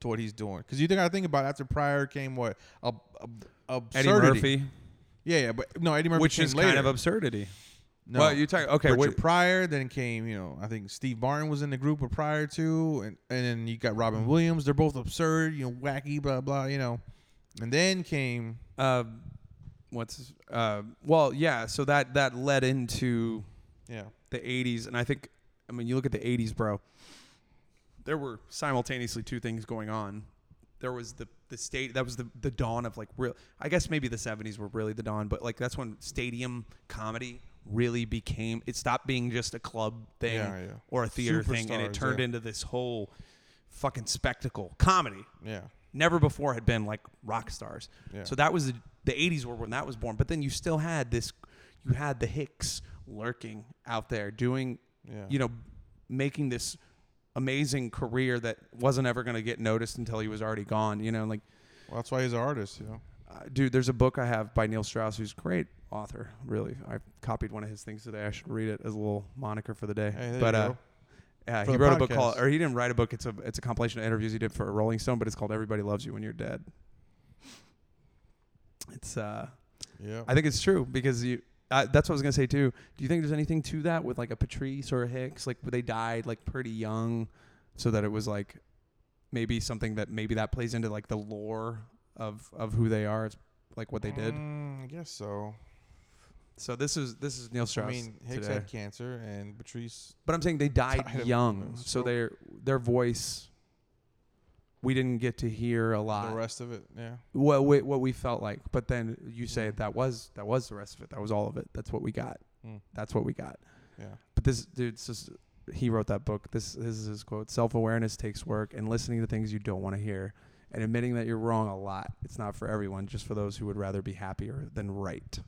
Speaker 2: to what he's doing. Because you think I think about after Pryor came what ab- ab-
Speaker 1: Eddie
Speaker 2: absurdity.
Speaker 1: Murphy,
Speaker 2: Yeah, yeah, but no Eddie Murphy,
Speaker 1: which
Speaker 2: came
Speaker 1: is
Speaker 2: later.
Speaker 1: kind of absurdity.
Speaker 2: No.
Speaker 1: Well, you're talking- okay,
Speaker 2: Richard
Speaker 1: wait.
Speaker 2: Pryor. Then came you know I think Steve Martin was in the group with Pryor too, and and then you got Robin Williams. They're both absurd, you know, wacky, blah blah, you know. And then came
Speaker 1: Uh, what's his- uh, well, yeah. So that that led into
Speaker 2: yeah
Speaker 1: the '80s, and I think I mean you look at the '80s, bro. There were simultaneously two things going on. There was the the state that was the the dawn of like real. I guess maybe the '70s were really the dawn, but like that's when stadium comedy really became. It stopped being just a club thing
Speaker 2: Yeah, yeah.
Speaker 1: or a theater thing, and
Speaker 2: Superstars,
Speaker 1: it turned
Speaker 2: yeah.
Speaker 1: into this whole fucking spectacle comedy
Speaker 2: yeah
Speaker 1: never before had been like rock stars.
Speaker 2: Yeah.
Speaker 1: So that was the, the 80s were when that was born. But then you still had this, you had the Hicks lurking out there doing,
Speaker 2: Yeah.
Speaker 1: you know, making this amazing career that wasn't ever going to get noticed until he was already gone. You know, like,
Speaker 2: Well, that's why he's an artist, you know.
Speaker 1: uh, dude, there's a book I have by Neil Strauss, who's a great author, really. I copied one of his things today. I should read it as a little moniker for the day.
Speaker 2: Hey, there
Speaker 1: but,
Speaker 2: you
Speaker 1: uh,
Speaker 2: go.
Speaker 1: yeah,
Speaker 2: For
Speaker 1: he
Speaker 2: the
Speaker 1: wrote a book
Speaker 2: podcast.
Speaker 1: called, or he didn't write a book. It's a it's a compilation of interviews he did for Rolling Stone, but it's called "Everybody Loves You When You're Dead." It's uh,
Speaker 2: Yeah.
Speaker 1: I think it's true because you. Uh, that's what I was gonna say too. Do you think there's anything to that with like a Patrice or a Hicks, like they died like pretty young, so that it was like maybe something that maybe that plays into like the lore of of who they are, it's like what they did.
Speaker 2: Mm, I guess so.
Speaker 1: So this is this is Neil Strauss.
Speaker 2: I mean, Hicks
Speaker 1: today.
Speaker 2: had cancer, and Patrice.
Speaker 1: But I'm saying they died,
Speaker 2: Died of
Speaker 1: young,
Speaker 2: a
Speaker 1: so
Speaker 2: stroke.
Speaker 1: their their voice we didn't get to hear a
Speaker 2: the
Speaker 1: lot.
Speaker 2: rest of it, yeah.
Speaker 1: what we, what we felt like, but then you say that was that was the rest of it. That was all of it. That's what we got.
Speaker 2: Mm.
Speaker 1: That's what we got.
Speaker 2: Yeah.
Speaker 1: But this dude, it's just he wrote that book. This this is his quote: "Self awareness takes work, and listening to things you don't want to hear, and admitting that you're wrong a lot. It's not for everyone, just for those who would rather be happier than right."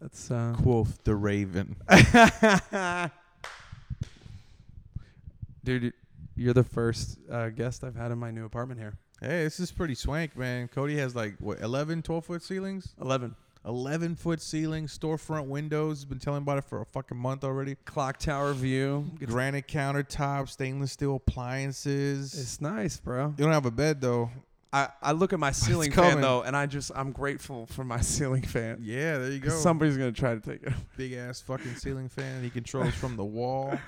Speaker 1: That's uh,
Speaker 2: Quoth the Raven.
Speaker 1: Dude, you're the first uh, guest I've had in my new apartment here.
Speaker 2: hey, this is pretty swank, man. Cody has like, what, 11, 12 foot ceilings?
Speaker 1: 11.
Speaker 2: 11 foot ceilings, storefront windows. He's been telling about it for a fucking month already.
Speaker 1: Clock tower view.
Speaker 2: Granite countertops, stainless steel appliances.
Speaker 1: It's nice, bro.
Speaker 2: you don't have a bed, though.
Speaker 1: I, I look at my ceiling
Speaker 2: coming.
Speaker 1: fan, though, and I just, I'm grateful for my ceiling fan.
Speaker 2: Yeah, there you
Speaker 1: 'Cause
Speaker 2: go. Some
Speaker 1: Somebody's going to try to take it.
Speaker 2: big ass fucking ceiling fan he controls from the wall.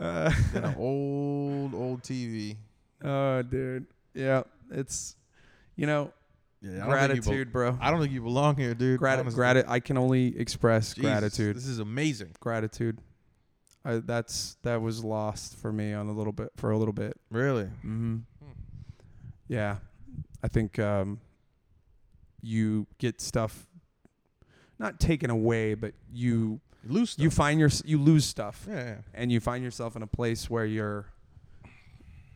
Speaker 1: Uh,
Speaker 2: and an old, old TV.
Speaker 1: Uh, oh, dude. Yeah. It's, you know,
Speaker 2: Yeah, I don't think you
Speaker 1: Gratitude, bro.
Speaker 2: I don't think you belong here, dude.
Speaker 1: Grat-
Speaker 2: honestly.
Speaker 1: grat- I can only express
Speaker 2: Jesus,
Speaker 1: gratitude.
Speaker 2: This is amazing.
Speaker 1: Gratitude. I, that's that was lost for me on a little bit for a little bit.
Speaker 2: Really?
Speaker 1: Mm-hmm. Yeah, I think um, you get stuff not taken away, but you
Speaker 2: Loose.
Speaker 1: you find your you lose stuff,
Speaker 2: yeah, yeah.
Speaker 1: and you find yourself in a place where you're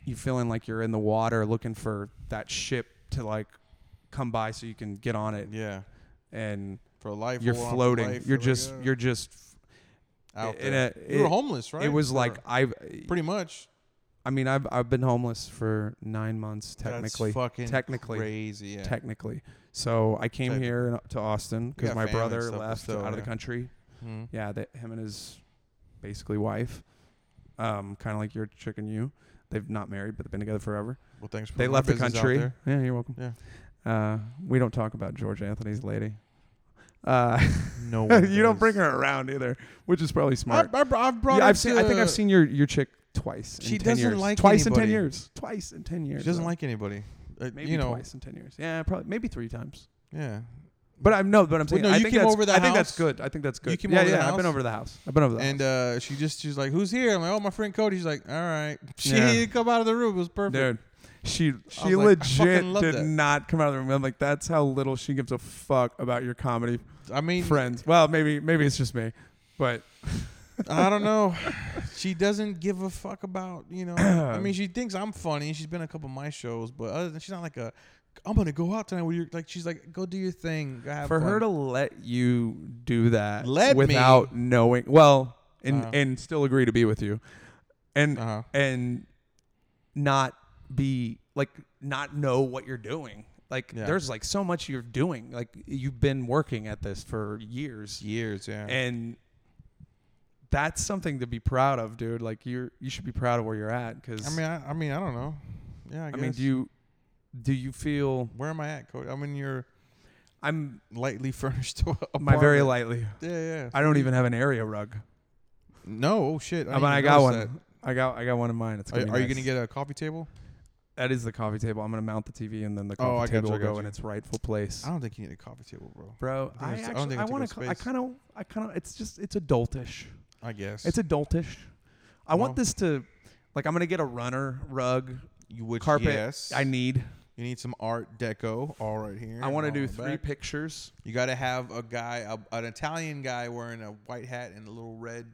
Speaker 1: you feeling like you're in the water looking for that ship to like come by so you can get on it,
Speaker 2: Yeah.
Speaker 1: and
Speaker 2: For life.
Speaker 1: you're
Speaker 2: or on for
Speaker 1: floating.
Speaker 2: life,
Speaker 1: you're
Speaker 2: or like,
Speaker 1: just
Speaker 2: uh,
Speaker 1: you're just.
Speaker 2: out
Speaker 1: in
Speaker 2: there.
Speaker 1: a-
Speaker 2: you were
Speaker 1: it-
Speaker 2: homeless, right?
Speaker 1: It was
Speaker 2: Or
Speaker 1: like I've
Speaker 2: pretty much.
Speaker 1: I mean, I've I've been homeless for nine months technically.
Speaker 2: That's fucking
Speaker 1: technically,
Speaker 2: crazy. Yeah.
Speaker 1: technically. So I came
Speaker 2: Technically.
Speaker 1: here in- to Austin
Speaker 2: got
Speaker 1: because my
Speaker 2: family and
Speaker 1: brother
Speaker 2: stuff, but
Speaker 1: left
Speaker 2: still,
Speaker 1: out of the
Speaker 2: yeah.
Speaker 1: country.
Speaker 2: Mhm.
Speaker 1: Yeah, that him and his basically wife, um, kind of like your chick and you. They've not married, but they've been together forever.
Speaker 2: Well, thanks. For
Speaker 1: They
Speaker 2: putting
Speaker 1: left the
Speaker 2: my business out
Speaker 1: country.
Speaker 2: there.
Speaker 1: Yeah, you're welcome.
Speaker 2: Yeah.
Speaker 1: Uh, we don't talk about George Anthony's lady. Uh,
Speaker 2: No. one
Speaker 1: you don't
Speaker 2: does.
Speaker 1: bring her around either, which is probably smart.
Speaker 2: I, I, I've brought.
Speaker 1: Yeah,
Speaker 2: her
Speaker 1: I've seen. I think
Speaker 2: to-
Speaker 1: I've seen your your chick twice.
Speaker 2: She
Speaker 1: in 10
Speaker 2: doesn't
Speaker 1: years.
Speaker 2: like
Speaker 1: twice in ten
Speaker 2: anybody.
Speaker 1: years. Twice in ten years.
Speaker 2: She doesn't
Speaker 1: though.
Speaker 2: like anybody. Uh,
Speaker 1: maybe
Speaker 2: you know.
Speaker 1: twice in ten years. Yeah, probably maybe three times.
Speaker 2: Yeah.
Speaker 1: But I'm no. But I'm saying
Speaker 2: no,
Speaker 1: I
Speaker 2: you
Speaker 1: think
Speaker 2: came
Speaker 1: that's,
Speaker 2: over the
Speaker 1: I think that's
Speaker 2: house.
Speaker 1: good. I think that's good.
Speaker 2: You came
Speaker 1: yeah,
Speaker 2: over the
Speaker 1: yeah. I've been
Speaker 2: house.
Speaker 1: over the house. I've been over the
Speaker 2: And
Speaker 1: house.
Speaker 2: uh, she just she's like, "Who's here?" I'm like, "Oh, my friend Cody." She's like, "All right." She
Speaker 1: Yeah.
Speaker 2: didn't come out of the room. It was perfect.
Speaker 1: Dude, she she
Speaker 2: like, I fucking
Speaker 1: legit
Speaker 2: love
Speaker 1: did
Speaker 2: that.
Speaker 1: not come out of the room. I'm like, that's how little she gives a fuck about your comedy
Speaker 2: I mean,
Speaker 1: friends. Well, maybe maybe it's just me, but
Speaker 2: I don't know. She doesn't give a fuck about you know. I mean, she thinks I'm funny. She's been to a couple of my shows, but other than she's not like a. I'm gonna go out tonight with your like. She's like, go do your thing. Go have
Speaker 1: for
Speaker 2: fun."
Speaker 1: her to let you do that
Speaker 2: Let me?
Speaker 1: without knowing well and
Speaker 2: Uh-huh.
Speaker 1: and still agree to be with you and
Speaker 2: Uh-huh.
Speaker 1: and not be like not know what you're doing like
Speaker 2: Yeah.
Speaker 1: there's like so much you're doing like you've been working at this for years
Speaker 2: years, yeah.
Speaker 1: and that's something to be proud of dude like you're you should be proud of where you're at cuz
Speaker 2: I mean, I, I mean, I don't know. Yeah, I,
Speaker 1: I mean
Speaker 2: guess.
Speaker 1: do you do you feel
Speaker 2: Where am I at, Cody? I'm in your
Speaker 1: I'm
Speaker 2: lightly furnished apartment.
Speaker 1: my very lightly
Speaker 2: Yeah, yeah.
Speaker 1: I don't even have an area rug
Speaker 2: no, oh shit.
Speaker 1: I
Speaker 2: I,
Speaker 1: mean,
Speaker 2: didn't
Speaker 1: I
Speaker 2: even
Speaker 1: got one.
Speaker 2: notice that.
Speaker 1: I got I got one in mine. It's
Speaker 2: Are,
Speaker 1: gonna be
Speaker 2: are you
Speaker 1: nice.
Speaker 2: gonna get a coffee table?
Speaker 1: That is the coffee table. I'm gonna mount the TV and then the
Speaker 2: Oh,
Speaker 1: coffee
Speaker 2: I Ah, got
Speaker 1: table
Speaker 2: you,
Speaker 1: will
Speaker 2: I got
Speaker 1: go in
Speaker 2: you.
Speaker 1: its rightful place.
Speaker 2: I don't think you need a coffee table, bro.
Speaker 1: Bro, I,
Speaker 2: I think it's- I don't
Speaker 1: actually
Speaker 2: think
Speaker 1: I
Speaker 2: it's a
Speaker 1: want
Speaker 2: good
Speaker 1: to. I
Speaker 2: space.
Speaker 1: kind of I kind of it's just it's adultish.
Speaker 2: I guess
Speaker 1: It's adultish. I
Speaker 2: Well.
Speaker 1: want this to like I'm gonna get a runner rug
Speaker 2: you would
Speaker 1: carpet.
Speaker 2: Yes,
Speaker 1: I need.
Speaker 2: You need some art deco all right here.
Speaker 1: I want to
Speaker 2: and all
Speaker 1: do
Speaker 2: the
Speaker 1: three
Speaker 2: back.
Speaker 1: pictures.
Speaker 2: You got to have a guy, a, an Italian guy wearing a white hat and a little red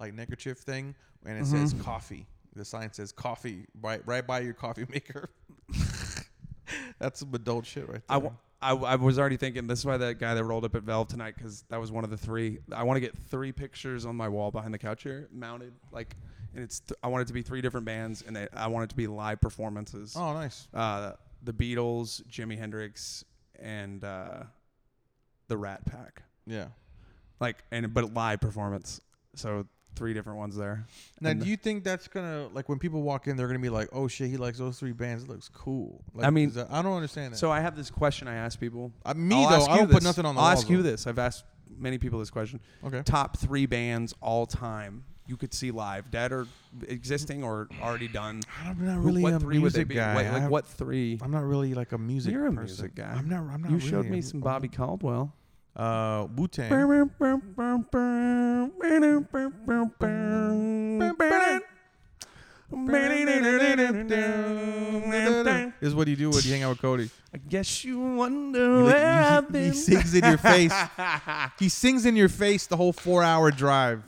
Speaker 2: like neckerchief thing, and it says
Speaker 1: Mm-hmm.
Speaker 2: coffee. The sign says coffee right right by your coffee maker. That's some adult shit right
Speaker 1: I,
Speaker 2: there.
Speaker 1: w- I, w- I was already thinking this is why that guy that rolled up at Valve tonight because that was one of the three. I want to get three pictures on my wall behind the couch here, mounted like, and it's th- I want it to be three different bands and they, I want it to be live performances.
Speaker 2: oh, nice.
Speaker 1: Uh, the Beatles, Jimi Hendrix, and uh, the Rat Pack,
Speaker 2: Yeah.
Speaker 1: like and but live performance. So three different ones there.
Speaker 2: Now,
Speaker 1: And
Speaker 2: do you think that's gonna like when people walk in, they're gonna be like, "Oh shit, he likes those three bands. It looks cool." Like,
Speaker 1: I mean-
Speaker 2: is that- I don't understand that.
Speaker 1: So I have this question I ask people.
Speaker 2: Uh, me,
Speaker 1: I'll
Speaker 2: though,
Speaker 1: ask
Speaker 2: I
Speaker 1: you
Speaker 2: don't put
Speaker 1: this.
Speaker 2: nothing on the
Speaker 1: I'll
Speaker 2: walls,
Speaker 1: ask you
Speaker 2: though.
Speaker 1: this. I've asked many people this question.
Speaker 2: Okay.
Speaker 1: Top three bands all time you could see live, dead or existing or already done.
Speaker 2: I'm not
Speaker 1: Who-
Speaker 2: really
Speaker 1: what
Speaker 2: a
Speaker 1: three would
Speaker 2: music
Speaker 1: they be?
Speaker 2: guy.
Speaker 1: What, like
Speaker 2: I-
Speaker 1: what three?
Speaker 2: I'm not really like a music.
Speaker 1: You're a
Speaker 2: person.
Speaker 1: music guy.
Speaker 2: I'm not. I'm not.
Speaker 1: you showed
Speaker 2: really.
Speaker 1: me
Speaker 2: I'm-
Speaker 1: some
Speaker 2: I'm-
Speaker 1: Bobby Caldwell.
Speaker 2: Uh, Wu Tang.
Speaker 1: That's
Speaker 2: This is what you do when you hang out with Cody.
Speaker 1: I guess you
Speaker 2: He,
Speaker 1: wonder
Speaker 2: li-
Speaker 1: where
Speaker 2: he-
Speaker 1: I've
Speaker 2: he
Speaker 1: been.
Speaker 2: sings in your face. he sings in your face the whole four-hour drive,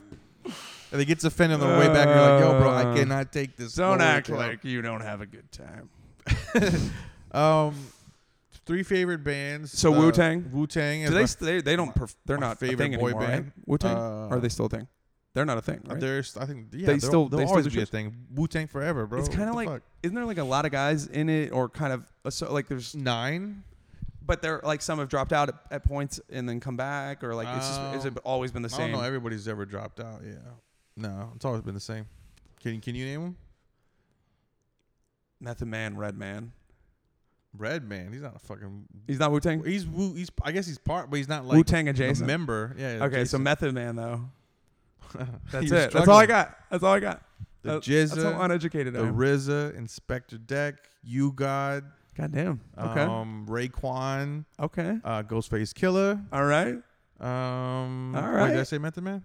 Speaker 2: and he gets offended on the way back. And you're like, "Yo, bro, I
Speaker 1: Uh,
Speaker 2: cannot take this."
Speaker 1: Don't
Speaker 2: lower
Speaker 1: act
Speaker 2: down."
Speaker 1: like you don't have a good time.
Speaker 2: Um, three favorite bands. uh,
Speaker 1: So Wu-Tang?
Speaker 2: Wu Tang.
Speaker 1: Do they, s- they they don't perf- they're
Speaker 2: my
Speaker 1: not a
Speaker 2: favorite
Speaker 1: thing
Speaker 2: boy
Speaker 1: anymore,
Speaker 2: band.
Speaker 1: right? Wu-Tang?
Speaker 2: Uh,
Speaker 1: Are they still a thing? They're not a thing, right?
Speaker 2: There's, I think, yeah,
Speaker 1: They
Speaker 2: they
Speaker 1: still-
Speaker 2: still,
Speaker 1: they
Speaker 2: they'll
Speaker 1: still
Speaker 2: always
Speaker 1: do
Speaker 2: be a
Speaker 1: shows?
Speaker 2: thing. Wu Tang forever, bro.
Speaker 1: it's kind
Speaker 2: What
Speaker 1: of
Speaker 2: the
Speaker 1: like
Speaker 2: fuck?
Speaker 1: isn't there like a lot of guys in it or kind of uh, so like there's
Speaker 2: nine.
Speaker 1: but they're like some have dropped out at, at points and then come back or like it's just is
Speaker 2: Um,
Speaker 1: it always been the
Speaker 2: I don't
Speaker 1: same?
Speaker 2: know. Everybody's ever dropped out. Yeah. No, it's always been the same. Can Can you name him?
Speaker 1: Method Man, Red Man.
Speaker 2: Red Man. He's not a fucking.
Speaker 1: He's not Wu Tang.
Speaker 2: He's Wu. He's. I guess he's part, but he's not like
Speaker 1: Wu Tang
Speaker 2: a
Speaker 1: adjacent.
Speaker 2: member. Yeah.
Speaker 1: okay, so
Speaker 2: adjacent.
Speaker 1: Method Man though. That's
Speaker 2: You're
Speaker 1: it. That's all I
Speaker 2: struggling.
Speaker 1: got. That's all I got.
Speaker 2: The
Speaker 1: That- that's how
Speaker 2: Jizza,
Speaker 1: uneducated I
Speaker 2: The
Speaker 1: am.
Speaker 2: RZA, Inspector Deck, You God,
Speaker 1: Goddamn. Okay.
Speaker 2: Um, Raekwon,
Speaker 1: okay.
Speaker 2: uh, Ghostface Killer.
Speaker 1: All right.
Speaker 2: Um,
Speaker 1: All
Speaker 2: Wait, did I
Speaker 1: right.
Speaker 2: say Method Man?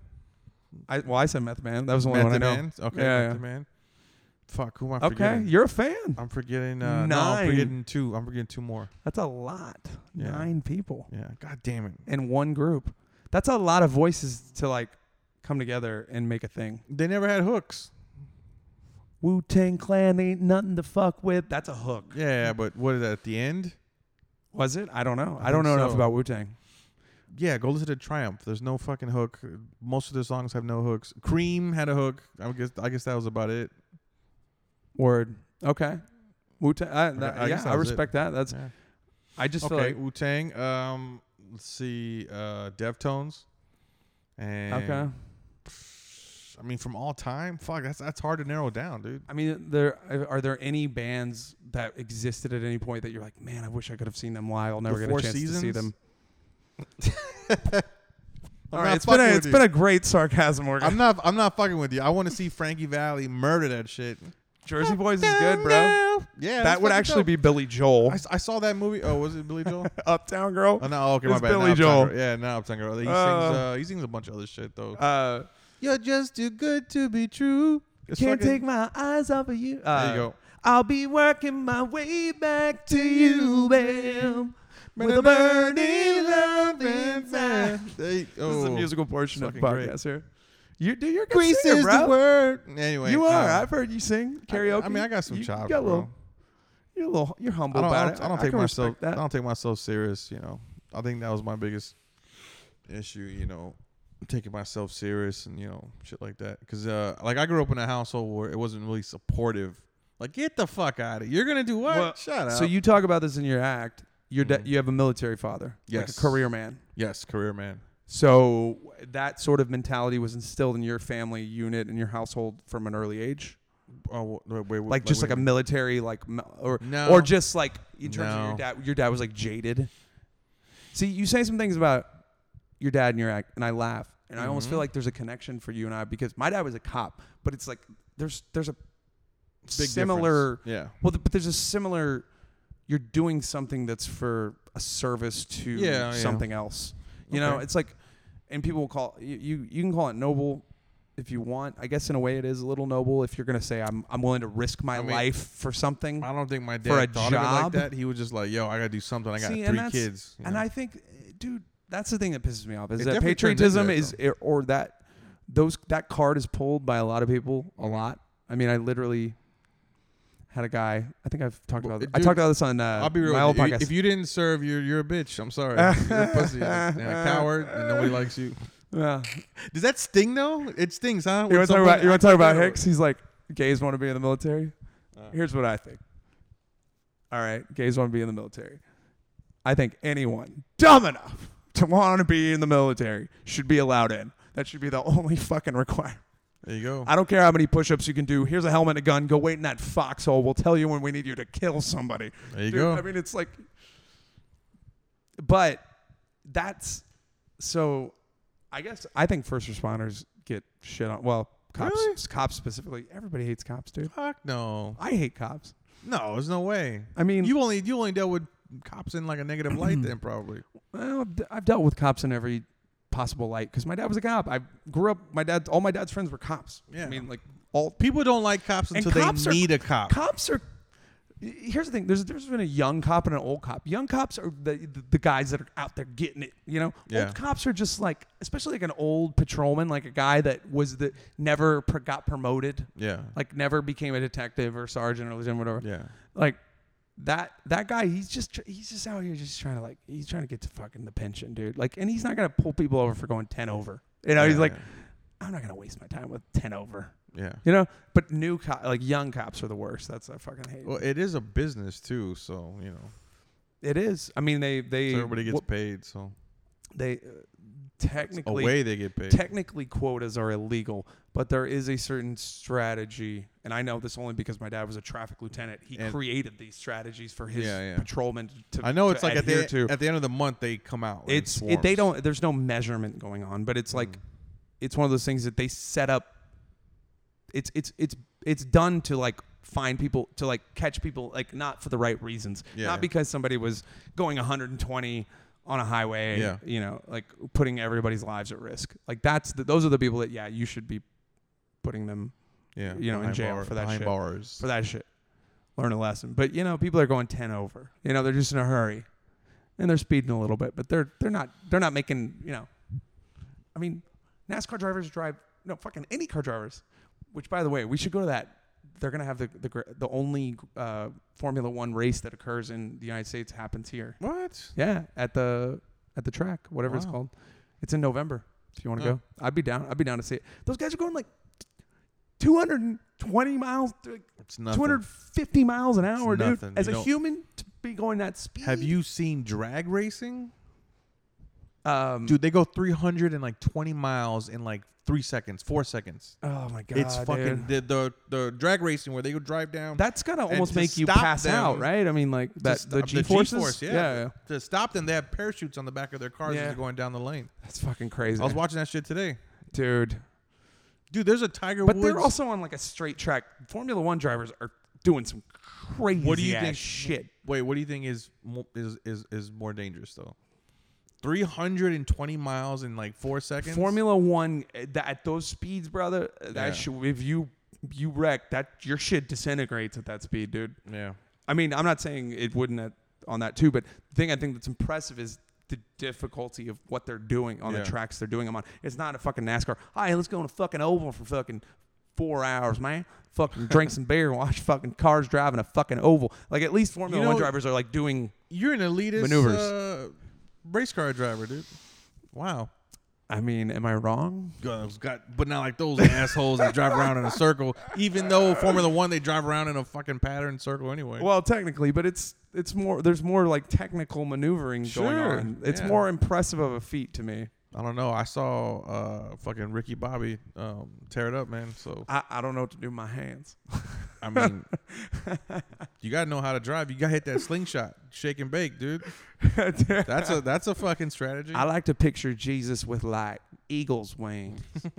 Speaker 1: I well, I said Method Man. That was the only
Speaker 2: Method
Speaker 1: one I know.
Speaker 2: Man. Okay,
Speaker 1: Yeah,
Speaker 2: Method
Speaker 1: yeah.
Speaker 2: Man. Fuck, who am I
Speaker 1: Okay,
Speaker 2: forgetting?
Speaker 1: you're a fan.
Speaker 2: I'm forgetting. Uh, No, I'm
Speaker 1: Nine.
Speaker 2: forgetting two. I'm forgetting two more.
Speaker 1: That's a lot.
Speaker 2: Yeah.
Speaker 1: Nine people
Speaker 2: Yeah. God damn it.
Speaker 1: in one group. That's a lot of voices to like come together and make a thing.
Speaker 2: They never had hooks.
Speaker 1: Wu Tang Clan ain't nothing to fuck with. That's a hook.
Speaker 2: Yeah, but what is that at the end?
Speaker 1: Was it? I don't know.
Speaker 2: I
Speaker 1: I, don't
Speaker 2: think
Speaker 1: know enough
Speaker 2: so.
Speaker 1: about Wu Tang.
Speaker 2: Yeah, go listen to Triumph. There's no fucking hook. Most of their songs have no hooks. Cream had a hook. I guess I guess that was about it.
Speaker 1: Word. Okay. Wu Tang. I, that-
Speaker 2: I guess
Speaker 1: yeah,
Speaker 2: that
Speaker 1: I
Speaker 2: was it.
Speaker 1: respect that. That's.
Speaker 2: Yeah.
Speaker 1: I just feel
Speaker 2: Okay,
Speaker 1: like.
Speaker 2: Wu Tang. Um, let's see, uh, Deftones. And
Speaker 1: Okay.
Speaker 2: I mean, from all time, fuck, that's that's hard to narrow down, dude.
Speaker 1: I mean, there uh, are there any bands that existed at any point that you're like, man, I wish I could have seen them live. I'll never
Speaker 2: The
Speaker 1: get a
Speaker 2: Four
Speaker 1: chance to see
Speaker 2: Seasons?
Speaker 1: them.
Speaker 2: I'm
Speaker 1: All right,
Speaker 2: not
Speaker 1: it's been a,
Speaker 2: fucking
Speaker 1: it's
Speaker 2: with
Speaker 1: been
Speaker 2: you.
Speaker 1: a great sarcasm work.
Speaker 2: I'm not I'm not fucking with you. I want to see Frankie Valley murder that shit.
Speaker 1: Jersey Boys is good, bro.
Speaker 2: Yeah, that's
Speaker 1: That would
Speaker 2: fucking
Speaker 1: actually
Speaker 2: dope.
Speaker 1: be Billy Joel.
Speaker 2: I, s- I saw that movie. Oh, was it Billy Joel?
Speaker 1: Uptown Girl.
Speaker 2: Oh no, okay, my
Speaker 1: It's
Speaker 2: bad.
Speaker 1: Billy
Speaker 2: now I'm
Speaker 1: Joel.
Speaker 2: talking- Yeah, now I'm talking about. He sings.
Speaker 1: Uh,
Speaker 2: Uh, he sings a bunch of other shit though.
Speaker 1: Uh,
Speaker 2: You're just too good to be true. It's
Speaker 1: can't
Speaker 2: fucking-
Speaker 1: take my eyes off of you. Uh,
Speaker 2: There you go.
Speaker 1: I'll be working my way back to you, ma'am. With a burning love inside.
Speaker 2: They-
Speaker 1: This is
Speaker 2: oh,
Speaker 1: the musical portion of the
Speaker 2: fucking great.
Speaker 1: podcast here. You, dude, you're a good
Speaker 2: Grease
Speaker 1: singer,
Speaker 2: is
Speaker 1: bro.
Speaker 2: the word. Anyway,
Speaker 1: You are.
Speaker 2: uh,
Speaker 1: I've heard you sing
Speaker 2: I-
Speaker 1: karaoke.
Speaker 2: I, mean, I got some
Speaker 1: you,
Speaker 2: chops,
Speaker 1: You got a
Speaker 2: bro.
Speaker 1: little, you're a little. You're humble
Speaker 2: I don't, I
Speaker 1: about
Speaker 2: don't,
Speaker 1: it.
Speaker 2: I don't
Speaker 1: I
Speaker 2: take
Speaker 1: can
Speaker 2: myself.
Speaker 1: respect That.
Speaker 2: I don't take myself serious. You know, I think that was my biggest issue. You know, taking myself serious and you know shit like that. Because uh, like I grew up in a household where it wasn't really supportive. Like, get the fuck out of. You're gonna do what?
Speaker 1: Well,
Speaker 2: Shut up.
Speaker 1: So you talk about this in your act. You're de-
Speaker 2: Mhm.
Speaker 1: you have a military father, like
Speaker 2: Yes.
Speaker 1: a career man.
Speaker 2: yes, career man.
Speaker 1: So that sort of mentality was instilled in your family unit and your household from an early age,
Speaker 2: Oh, wait, wait,
Speaker 1: like just like a military, like mil- or
Speaker 2: No.
Speaker 1: or just like in terms of
Speaker 2: No.
Speaker 1: your dad. Your dad was like jaded. See, you say some things about your dad and your act, and I laugh, and I
Speaker 2: Mm-hmm.
Speaker 1: almost feel like there's a connection for you and I because my dad was a cop, but it's like there's there's a
Speaker 2: Big
Speaker 1: similar.
Speaker 2: difference. Yeah.
Speaker 1: Well, th- but there's a similar. You're doing something that's for a service to
Speaker 2: Yeah, yeah.
Speaker 1: something else. You know,
Speaker 2: Okay.
Speaker 1: it's like, and people will call you, you. You can call it noble if you want. I guess in a way, it is a little noble if you're going to say I'm I'm willing to risk my
Speaker 2: I mean,
Speaker 1: life for something.
Speaker 2: I don't think my
Speaker 1: For a
Speaker 2: dad thought
Speaker 1: job?
Speaker 2: of it like that. He was just like, "Yo, I gotta do something. I got
Speaker 1: See, and
Speaker 2: three
Speaker 1: that's-
Speaker 2: kids." you
Speaker 1: And
Speaker 2: know?
Speaker 1: I think, eh, dude, that's the thing that pisses me off is
Speaker 2: It
Speaker 1: that
Speaker 2: definitely turns into
Speaker 1: patriotism
Speaker 2: that,
Speaker 1: is eh, or that those that card is pulled by a lot of people a lot. I mean, I literally had a guy. I think I've talked
Speaker 2: Well, eh,
Speaker 1: about. This. I
Speaker 2: dude,
Speaker 1: talked about this on uh,
Speaker 2: I'll be real.
Speaker 1: my old
Speaker 2: with you.
Speaker 1: podcast.
Speaker 2: If you didn't serve, you're you're a bitch. I'm sorry. You're a pussy. and a coward. And nobody likes you.
Speaker 1: yeah.
Speaker 2: Does that sting though? It stings, huh?
Speaker 1: You want
Speaker 2: When
Speaker 1: to talk
Speaker 2: someone-
Speaker 1: about you want to talk about Hicks?
Speaker 2: I-
Speaker 1: He's like, gays want to be in the military.
Speaker 2: Uh.
Speaker 1: Here's what I think. All right, gays want to be in the military. I think anyone dumb enough to want to be in the military should be allowed in. That should be the only fucking requirement.
Speaker 2: There you go.
Speaker 1: I don't care how many push-ups you can do. Here's a helmet and a gun. Go wait in that foxhole. We'll tell you when we need you to kill somebody.
Speaker 2: There you
Speaker 1: Dude,
Speaker 2: go.
Speaker 1: I mean, it's like, but that's so. I guess I think first responders get shit on. Well, cops,
Speaker 2: Really?
Speaker 1: cops specifically. Everybody hates cops, dude.
Speaker 2: Fuck no.
Speaker 1: I hate cops.
Speaker 2: No, there's no way.
Speaker 1: I mean,
Speaker 2: You only you only dealt with cops in like a negative
Speaker 1: Mm.
Speaker 2: light then probably.
Speaker 1: well, I've- I've dealt with cops in every possible light because my dad was a cop. I grew up. My dad, all my dad's friends were cops.
Speaker 2: Yeah.
Speaker 1: I mean, like all
Speaker 2: People don't like cops
Speaker 1: And
Speaker 2: until
Speaker 1: cops
Speaker 2: they
Speaker 1: are-
Speaker 2: need a cop.
Speaker 1: cops are here's the thing there's there's been a young cop and an old cop young cops are the the, the guys that are out there getting it you know
Speaker 2: Yeah.
Speaker 1: old cops are just like especially like an old patrolman like a guy that was the never pr- got promoted
Speaker 2: yeah.
Speaker 1: like never became a detective or sergeant or lieutenant whatever
Speaker 2: yeah.
Speaker 1: like that that guy he's just tr- he's just out here just trying to like he's trying to get to fucking the pension dude like and he's not gonna pull people over for going 10 over you know
Speaker 2: Yeah,
Speaker 1: he's like
Speaker 2: yeah.
Speaker 1: i'm not gonna waste my time with 10 over
Speaker 2: Yeah.
Speaker 1: you know but new cop like young cops are the worst that's i fucking hate
Speaker 2: Well, it is a business too, so you know
Speaker 1: It is. I mean, they they
Speaker 2: so everybody gets
Speaker 1: what-
Speaker 2: paid. So
Speaker 1: they uh,
Speaker 2: a
Speaker 1: technically
Speaker 2: way they get paid.
Speaker 1: technically quotas are illegal, but there is a certain strategy, and I know this only because my dad was a traffic lieutenant. He
Speaker 2: And-
Speaker 1: created these strategies for his
Speaker 2: Yeah, yeah.
Speaker 1: patrolmen to.
Speaker 2: I know
Speaker 1: to
Speaker 2: it's like at
Speaker 1: adhere
Speaker 2: the
Speaker 1: to.
Speaker 2: at the end of the month they come out. in
Speaker 1: it's it, they
Speaker 2: swarms. Mm.
Speaker 1: don't. There's no measurement going on, but it's like it's one of those things that they set up. It's it's it's it's done to like find people to like catch people like not for the right reasons,
Speaker 2: Yeah.
Speaker 1: not because somebody was going 120 on a highway,
Speaker 2: Yeah.
Speaker 1: you know, like putting everybody's lives at risk. Like that's the, those are the people that yeah, you should be putting them
Speaker 2: yeah,
Speaker 1: you know, in
Speaker 2: behind
Speaker 1: jail for that
Speaker 2: behind
Speaker 1: shit.
Speaker 2: bars.
Speaker 1: for that shit. Learn a lesson. But you know, people are going 10 over. You know, they're just in a hurry. And they're speeding a little bit, but they're they're not they're not making, you know. I mean, NASCAR drivers drive no, fucking any car drivers. Which by the way, we should go to that they're going to have the the gr- the only uh, Formula 1 race that occurs in the United States happens here.
Speaker 2: What?
Speaker 1: Yeah, at the at the track, whatever it's
Speaker 2: Wow.
Speaker 1: called. It's in November. If you want to
Speaker 2: Oh.
Speaker 1: go, I'd be down. I'd be down to see it. Those guys are going like 220 miles, like
Speaker 2: It's nothing.
Speaker 1: 250 miles an hour, dude.
Speaker 2: nothing.
Speaker 1: As
Speaker 2: You
Speaker 1: a
Speaker 2: don't-
Speaker 1: human, to be going that speed.
Speaker 2: Have you seen drag racing?
Speaker 1: Um,
Speaker 2: Dude, they go 300 and like 20 miles in like three seconds, four seconds.
Speaker 1: Oh my god,
Speaker 2: it's fucking
Speaker 1: dude.
Speaker 2: the, the the drag racing where they go drive down.
Speaker 1: That's gotta
Speaker 2: and
Speaker 1: almost
Speaker 2: to
Speaker 1: make you
Speaker 2: stop
Speaker 1: pass
Speaker 2: them-
Speaker 1: out, right? I mean, like that
Speaker 2: to
Speaker 1: the
Speaker 2: stop-
Speaker 1: G forces.
Speaker 2: G-force, yeah.
Speaker 1: yeah,
Speaker 2: To stop them, they have parachutes on the back of their cars
Speaker 1: Yeah.
Speaker 2: as they're going down the lane.
Speaker 1: that's fucking crazy,
Speaker 2: I was watching that shit today.
Speaker 1: dude.
Speaker 2: Dude, there's a Tiger
Speaker 1: But
Speaker 2: Woods.
Speaker 1: they're also on like a straight track. Formula One drivers are doing some crazy
Speaker 2: What do you
Speaker 1: ass
Speaker 2: think-
Speaker 1: shit.
Speaker 2: Wait, what do you think is mo- is is is more dangerous though? 320 miles in like 4 seconds?
Speaker 1: Formula One uh, that at those speeds, brother. uh, That
Speaker 2: Yeah.
Speaker 1: shit, if you you wreck that, your shit disintegrates at that speed, dude.
Speaker 2: Yeah.
Speaker 1: I mean, I'm not saying it wouldn't at, on that too, but the thing I think that's impressive is the difficulty of what they're doing on
Speaker 2: Yeah.
Speaker 1: the tracks they're doing them on. It's not a fucking NASCAR. Hey, let's go on a fucking oval for fucking four hours, man. Fucking drink some beer and watch fucking cars driving a fucking oval. Like at least Formula
Speaker 2: You
Speaker 1: One
Speaker 2: know-
Speaker 1: drivers are like doing.
Speaker 2: You're an elitist
Speaker 1: Maneuvers.
Speaker 2: Uh, race car driver, dude. Wow.
Speaker 1: I mean, am I wrong?
Speaker 2: Guns got, but not like those assholes that drive around in a circle. Even though Formula One, they drive around in a fucking pattern circle anyway.
Speaker 1: Well, technically, but it's it's more there's more like technical maneuvering going
Speaker 2: Sure,
Speaker 1: on. It's
Speaker 2: yeah.
Speaker 1: more impressive of a feat to me.
Speaker 2: I don't know. I saw uh, fucking Ricky Bobby um, tear it up, man. So
Speaker 1: I, I don't know what to do with my hands.
Speaker 2: I mean, you gotta know how to drive. You gotta hit that slingshot, shake and bake, dude. That's a that's a fucking strategy.
Speaker 1: I like to picture Jesus with like eagle's wings.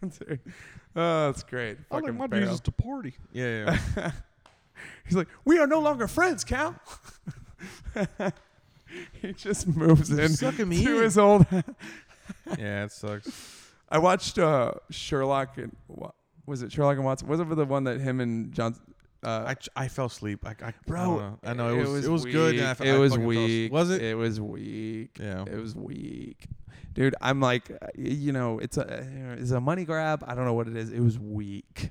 Speaker 1: Dude. oh, that's great. Fucking Pharaoh.
Speaker 2: to party. Yeah, yeah.
Speaker 1: He's like, we are no longer friends, Cal. he just moves in
Speaker 2: sucking me
Speaker 1: to
Speaker 2: in.
Speaker 1: his old.
Speaker 2: yeah. yeah, it sucks.
Speaker 1: I watched uh, Sherlock and what was it? Sherlock and Watson. Was it the one that him and John? Uh,
Speaker 2: I, ch- I fell asleep. I, I
Speaker 1: Bro,
Speaker 2: I, don't know. I know it was it was, good. And I,
Speaker 1: weak.
Speaker 2: fe-
Speaker 1: it
Speaker 2: I
Speaker 1: was
Speaker 2: fucking fell asleep.
Speaker 1: weak.
Speaker 2: Was it?
Speaker 1: It was weak.
Speaker 2: Yeah.
Speaker 1: It was weak, dude. I'm like, uh, you know, it's a uh, it's a money grab. I don't know what it is. It was weak.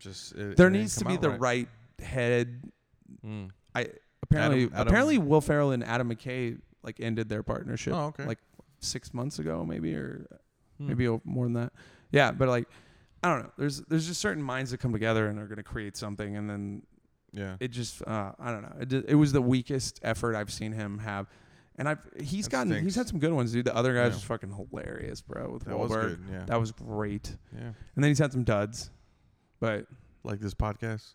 Speaker 2: Just it,
Speaker 1: There
Speaker 2: it didn't
Speaker 1: needs to
Speaker 2: come
Speaker 1: be
Speaker 2: out
Speaker 1: the right head.
Speaker 2: Mm.
Speaker 1: I apparently
Speaker 2: Adam- Adam-
Speaker 1: apparently Will Ferrell and Adam McKay like ended their partnership.
Speaker 2: Oh, okay.
Speaker 1: Like six months ago, maybe or
Speaker 2: Hmm.
Speaker 1: maybe o- more than that. Yeah, but like. I don't know. There's there's just certain minds that come together and are going to create something, and then
Speaker 2: Yeah.
Speaker 1: it just uh, I don't know. It, di- it was the weakest effort I've seen him have, and I've he's
Speaker 2: That
Speaker 1: gotten he's
Speaker 2: stinks.
Speaker 1: had some good ones, dude. The other guys
Speaker 2: Yeah.
Speaker 1: was fucking hilarious, bro. With
Speaker 2: That
Speaker 1: Wahlberg,
Speaker 2: was good. Yeah.
Speaker 1: that was great.
Speaker 2: yeah.
Speaker 1: And then he's had some duds, but
Speaker 2: Like this podcast.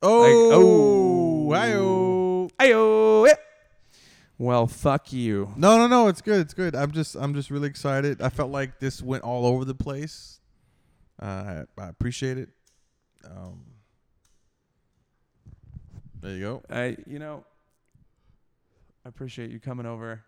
Speaker 1: oh.
Speaker 2: hi-oh.
Speaker 1: ayo, eh. well, fuck you.
Speaker 2: No, no, no. It's good. It's good. I'm just, I'm just really excited. I felt like this went all over the place. Uh, I, I appreciate it. Um, there you go.
Speaker 1: I you know, I appreciate you coming over